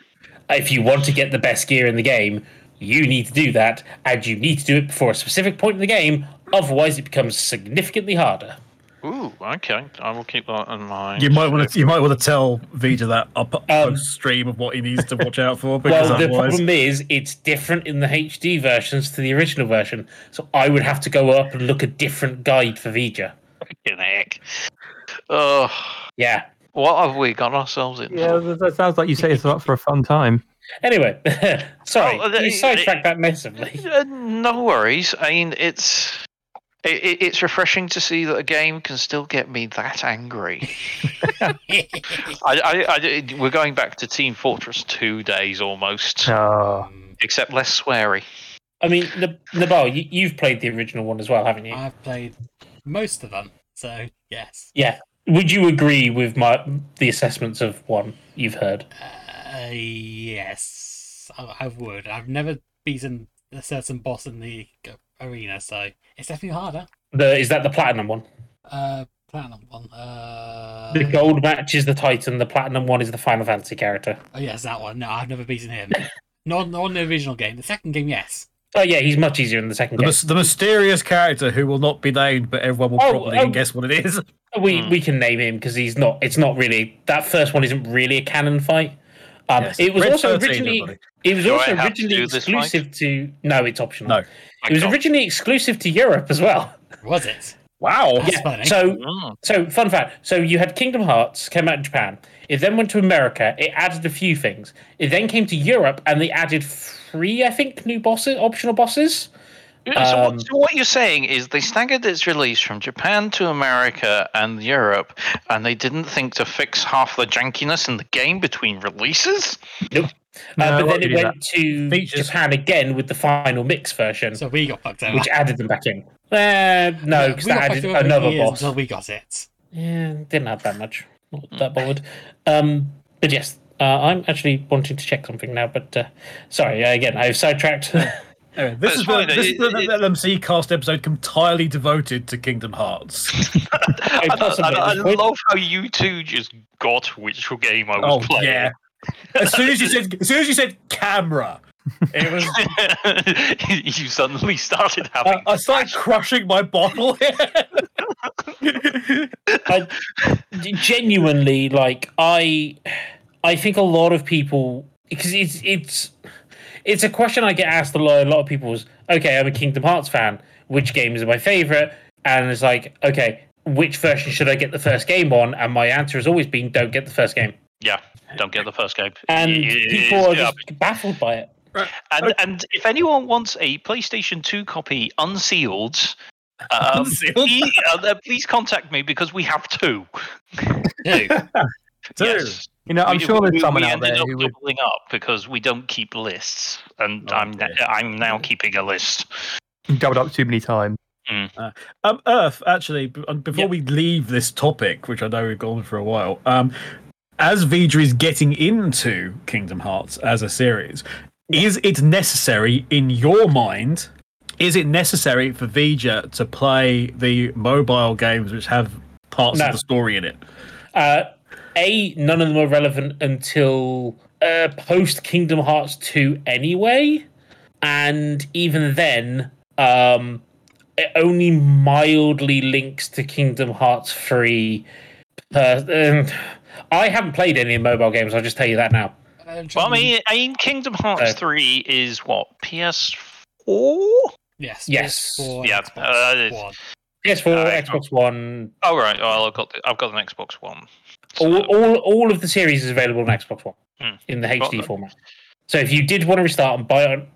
Speaker 3: if you want to get the best gear in the game, you need to do that, and you need to do it before a specific point in the game. Otherwise, it becomes significantly harder.
Speaker 4: ooh, okay. I will keep that in mind.
Speaker 5: You might want to you might want to tell Vija that up post stream of what he needs to watch out for because
Speaker 3: Well, the
Speaker 5: otherwise
Speaker 3: problem is it's different in the HD versions to the original version, so I would have to go up and look a different guide for Vija.
Speaker 4: Fucking heck. Ugh.
Speaker 3: Yeah.
Speaker 4: what have we got ourselves in?
Speaker 1: Yeah, that that sounds like you say it's not for a fun time.
Speaker 3: Anyway, sorry,
Speaker 4: Oh, uh,
Speaker 3: you
Speaker 4: it-
Speaker 3: sidetracked that massively.
Speaker 4: Uh, no worries. I mean, it's it, it- it's refreshing to see that a game can still get me that angry. I, I, I did- we're going back to Team Fortress two days almost,
Speaker 1: Oh,
Speaker 2: Um,
Speaker 4: except less sweary.
Speaker 3: I mean, N- Nabal, you, you've played the original one as well, haven't you?
Speaker 2: I've played most of them, so yes.
Speaker 3: Yeah. Would you agree with my the assessments of one you've heard?
Speaker 2: Uh, yes, I, I would. I've never beaten a certain boss in the arena, so it's definitely harder.
Speaker 3: The is that the platinum one?
Speaker 2: Uh, platinum one. Uh,
Speaker 3: The gold match is the Titan. The platinum one is the Final Fantasy character.
Speaker 2: oh, yes, that one. No, I've never beaten him. not, not in the original game. The second game, yes.
Speaker 3: Oh yeah, he's much easier in the second
Speaker 5: The,
Speaker 3: game.
Speaker 5: mys- the mysterious character who will not be named, but everyone will
Speaker 3: Oh,
Speaker 5: probably
Speaker 3: oh.
Speaker 5: guess what it is.
Speaker 3: We
Speaker 4: Hmm.
Speaker 3: we can name him because he's not. It's not really that first one isn't really a canon fight. Um,
Speaker 5: Yes.
Speaker 3: It was
Speaker 5: Red
Speaker 3: also
Speaker 5: 13,
Speaker 3: originally.
Speaker 5: everybody.
Speaker 3: It was
Speaker 4: Do I
Speaker 3: also
Speaker 4: have to
Speaker 3: originally
Speaker 4: do this fight?
Speaker 3: exclusive to. No, it's optional.
Speaker 5: No.
Speaker 4: My
Speaker 3: it was
Speaker 4: God.
Speaker 3: originally exclusive to Europe as well.
Speaker 2: Was it?
Speaker 5: Wow.
Speaker 2: That's
Speaker 3: Yeah,
Speaker 2: funny.
Speaker 3: So
Speaker 4: Mm.
Speaker 3: So, fun fact. So, you had Kingdom Hearts came out in Japan. It then went to America. It added a few things. It then came to Europe, and they added three, I think, new bosses, optional bosses.
Speaker 4: so,
Speaker 3: Um,
Speaker 4: what, so what you're saying is they staggered its release from Japan to America and Europe, and they didn't think to fix half the jankiness in the game between releases.
Speaker 3: Uh,
Speaker 1: No,
Speaker 3: but
Speaker 1: why
Speaker 3: then
Speaker 1: would
Speaker 3: it
Speaker 1: you do
Speaker 3: went to
Speaker 5: Features.
Speaker 3: Japan again with the final mix version,
Speaker 2: So we got fucked over.
Speaker 3: which added them back in. Uh, no, because
Speaker 2: we got fucked
Speaker 3: that added
Speaker 2: over for
Speaker 3: another
Speaker 2: years
Speaker 3: boss.
Speaker 2: Until we got it.
Speaker 3: Yeah, didn't have that much. Not that bothered. Um, but yes, uh, I'm actually wanting to check something now. But uh, sorry, uh, again, I've sidetracked.
Speaker 5: Anyway,
Speaker 4: But
Speaker 5: this is
Speaker 4: it's
Speaker 5: the,
Speaker 4: fine,
Speaker 5: this
Speaker 4: it-
Speaker 5: is the,
Speaker 4: it-
Speaker 5: the LMC cast episode entirely devoted to Kingdom Hearts.
Speaker 4: I, I,
Speaker 3: possibly at
Speaker 4: I, I
Speaker 3: this point.
Speaker 4: love how you two just got which game I
Speaker 5: Oh
Speaker 4: was playing.
Speaker 5: yeah. As soon as you said, as soon as you said camera, it was.
Speaker 4: you suddenly started
Speaker 5: I,
Speaker 4: having.
Speaker 5: I started crushing my bottle.
Speaker 3: I genuinely like I I think a lot of people because it's it's it's a question I get asked a lot. A lot of people is okay. I'm a Kingdom Hearts fan. Which games are my favorite? And it's like okay, which version should I get the first game on? And my answer has always been don't get the first game.
Speaker 4: yeah, don't get the first game.
Speaker 3: And
Speaker 4: It- it
Speaker 3: people
Speaker 4: is
Speaker 3: are
Speaker 4: garbage.
Speaker 3: just baffled by it.
Speaker 4: And, and if anyone wants a PlayStation 2 copy unsealed, um,
Speaker 5: Unsealed?
Speaker 4: e- uh, then please contact me because we have two.
Speaker 3: No.
Speaker 5: Two.
Speaker 4: Yes.
Speaker 1: You know, I'm
Speaker 4: We-
Speaker 1: sure
Speaker 4: we-
Speaker 1: there's someone
Speaker 4: we
Speaker 1: out there
Speaker 4: ended
Speaker 1: who
Speaker 4: up
Speaker 1: would.
Speaker 4: doubling up because we don't keep lists, and
Speaker 5: Oh,
Speaker 4: I'm na-
Speaker 5: dear.
Speaker 4: I'm now keeping a list.
Speaker 1: doubled up too many times.
Speaker 5: Um, Earth, actually, b- um, before
Speaker 3: Yep.
Speaker 5: we leave this topic, which I know we've gone for a while, um, as Vidra is getting into Kingdom Hearts as a series, is it necessary in your mind? Is it necessary for Vidra to play the mobile games which have parts
Speaker 3: No.
Speaker 5: of the story in it?
Speaker 3: Uh, a, none of them are relevant until uh, post Kingdom Hearts 2 anyway. And even then, um, it only mildly links to Kingdom Hearts 3. Uh, um, I haven't played any mobile games, I'll just tell you that now.
Speaker 2: Um,
Speaker 4: Well, I mean, I mean Kingdom Hearts
Speaker 3: Uh,
Speaker 4: 3 is what, PS4?
Speaker 2: yes.
Speaker 3: yes.
Speaker 2: PS4,
Speaker 4: Yeah,
Speaker 2: Xbox
Speaker 4: uh, it's-
Speaker 2: One.
Speaker 3: PS4,
Speaker 4: Uh,
Speaker 3: Xbox One,
Speaker 4: Oh right, well I've got the, I've got an Xbox One.
Speaker 3: all,
Speaker 4: So-
Speaker 3: all, all of the series is available on Xbox One
Speaker 4: Hmm.
Speaker 3: in the
Speaker 4: Got
Speaker 3: HD
Speaker 4: that.
Speaker 3: format. So if you did want to restart and buy it, on,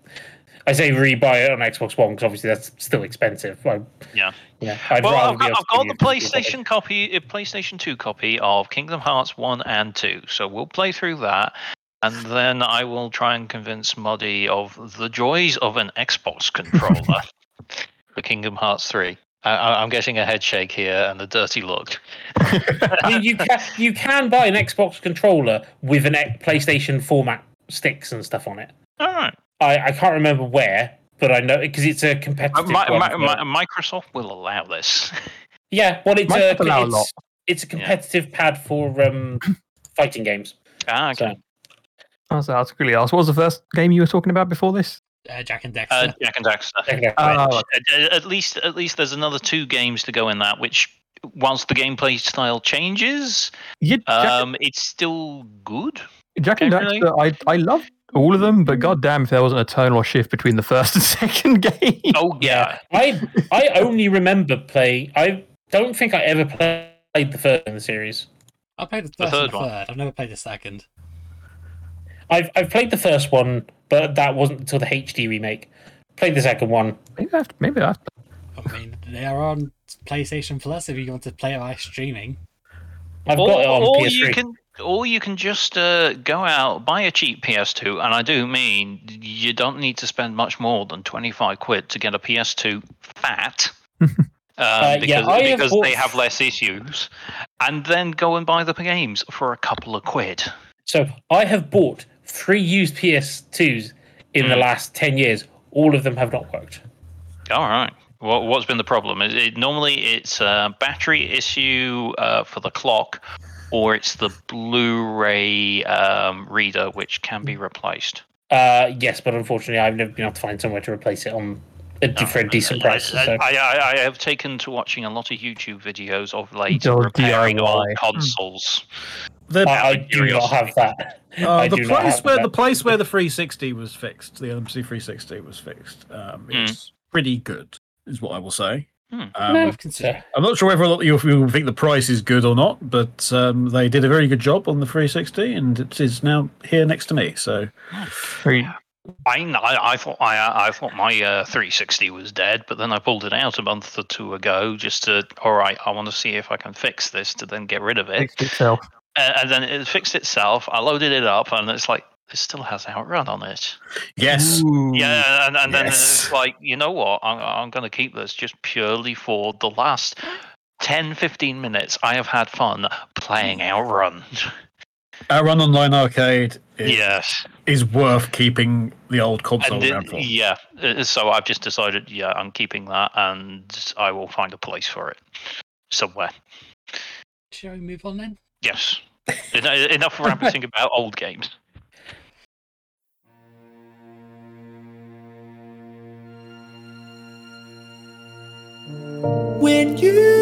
Speaker 3: I say re-buy it on Xbox One because obviously that's still expensive. Well,
Speaker 4: Yeah.
Speaker 3: yeah. I'd
Speaker 4: well,
Speaker 3: rather
Speaker 4: I've
Speaker 3: be
Speaker 4: got,
Speaker 3: able
Speaker 4: I've got
Speaker 3: to
Speaker 4: the
Speaker 3: give you
Speaker 4: PlayStation copy, uh, PlayStation Two copy of Kingdom Hearts One and Two, so we'll play through that, and then I will try and convince Muddy of the joys of an Xbox controller for Kingdom Hearts Three. I- I, I'm getting a head shake here and a dirty look.
Speaker 3: I mean, you can you can buy an Xbox controller with an X- PlayStation format sticks and stuff on it.
Speaker 4: All right,
Speaker 3: I, I can't remember where, but I know because it's a
Speaker 4: Uh,
Speaker 3: competitive.
Speaker 4: Mi-
Speaker 3: one,
Speaker 4: Mi-
Speaker 3: but-
Speaker 4: Mi- Microsoft will allow this.
Speaker 3: yeah, well, it's a,
Speaker 1: Microsoft allow a lot.
Speaker 3: it's, it's a competitive pad for um, fighting games.
Speaker 4: ah,
Speaker 3: So,
Speaker 4: okay.
Speaker 1: I was, I was quickly asked, what was the first game you were talking about before this?
Speaker 2: Uh, Jack and Dexter.
Speaker 4: Uh, Jack and Daxter.
Speaker 3: okay.
Speaker 1: Oh,
Speaker 4: At- at- at least at least there's another two games to go in that which whilst the gameplay style changes
Speaker 1: yeah, Jack,
Speaker 4: um it's still good
Speaker 1: Jack and
Speaker 4: generally-
Speaker 1: Daxter, I, I loved all of them, but goddamn if there wasn't a tonal shift between the first and second game.
Speaker 4: oh
Speaker 3: Yeah. I I only remember play. I don't think I ever played the first in the series.
Speaker 2: I played the
Speaker 4: the
Speaker 2: first and
Speaker 4: third one.
Speaker 2: third. I've never played the second.
Speaker 3: I've I've played the first one, but that wasn't until the HD remake. Played the second one.
Speaker 1: Maybe I have to, maybe I have to.
Speaker 2: I mean, they are on PlayStation Plus if you want to play it by streaming.
Speaker 3: I've
Speaker 4: or,
Speaker 3: got it on
Speaker 4: or
Speaker 3: PS3.
Speaker 4: you can or you can just uh, go out buy a cheap ps2 and i do mean you don't need to spend much more than 25 quid to get a ps2 fat Um,
Speaker 3: Uh, yeah,
Speaker 4: because
Speaker 3: I have
Speaker 4: because
Speaker 3: bought-
Speaker 4: they have less issues, and then go and buy the games for a couple of quid.
Speaker 3: So I have bought three used
Speaker 4: Hmm.
Speaker 3: PS2s in the last ten years. All of them have not worked.
Speaker 4: All right, What, what's been the problem? It, it, normally it's a battery issue uh, for the clock, or it's the Blu-ray um, reader which can be replaced.
Speaker 3: Uh, yes, but unfortunately, I've never been able to find somewhere to replace it on a
Speaker 4: No,
Speaker 3: different decent
Speaker 4: Oh, I-
Speaker 3: price.
Speaker 4: I,
Speaker 3: so.
Speaker 4: I, I, I have taken to watching a lot of YouTube videos of late
Speaker 1: Oh,
Speaker 4: repairing old
Speaker 1: DIY.
Speaker 4: consoles.
Speaker 5: The,
Speaker 3: I, I do not
Speaker 4: Curiosity.
Speaker 3: have that.
Speaker 5: Uh,
Speaker 3: I
Speaker 5: the
Speaker 3: do not
Speaker 5: place
Speaker 3: have
Speaker 5: where
Speaker 3: that.
Speaker 5: the place where the 360 was fixed, the MC 360 was fixed. Um,
Speaker 3: Hmm.
Speaker 4: Mm.
Speaker 5: It's pretty good, is what I will say.
Speaker 4: Hmm.
Speaker 5: Um,
Speaker 3: No.
Speaker 2: I've considered.
Speaker 5: I'm not sure whether a lot of you you think the price is good or not, but um, they did a very good job on the 360, and it is now here next to me. So
Speaker 1: Very-
Speaker 4: I, I, I thought I, I thought my uh, 360 was dead, but then I pulled it out a month or two ago just to all right. I want to see if I can fix this to then get rid of it.
Speaker 1: fixed itself.
Speaker 4: and, Uh, and then it fixed itself. I loaded it up, and it's like it still has outrun on it.
Speaker 5: yes,
Speaker 4: yeah, and, and then
Speaker 5: yes.
Speaker 4: it's like you know what? I'm, I'm going to keep this just purely for the last 10, 15 minutes. I have had fun playing outrun.
Speaker 5: our run online arcade is,
Speaker 4: yes,
Speaker 5: is worth keeping the old console
Speaker 4: and it-
Speaker 5: around for.
Speaker 4: yeah. uh, So I've just decided, yeah, I'm keeping that, and I will find a place for it somewhere.
Speaker 2: Shall we move on then?
Speaker 4: Yes. En- Enough ranting about old games.
Speaker 6: When you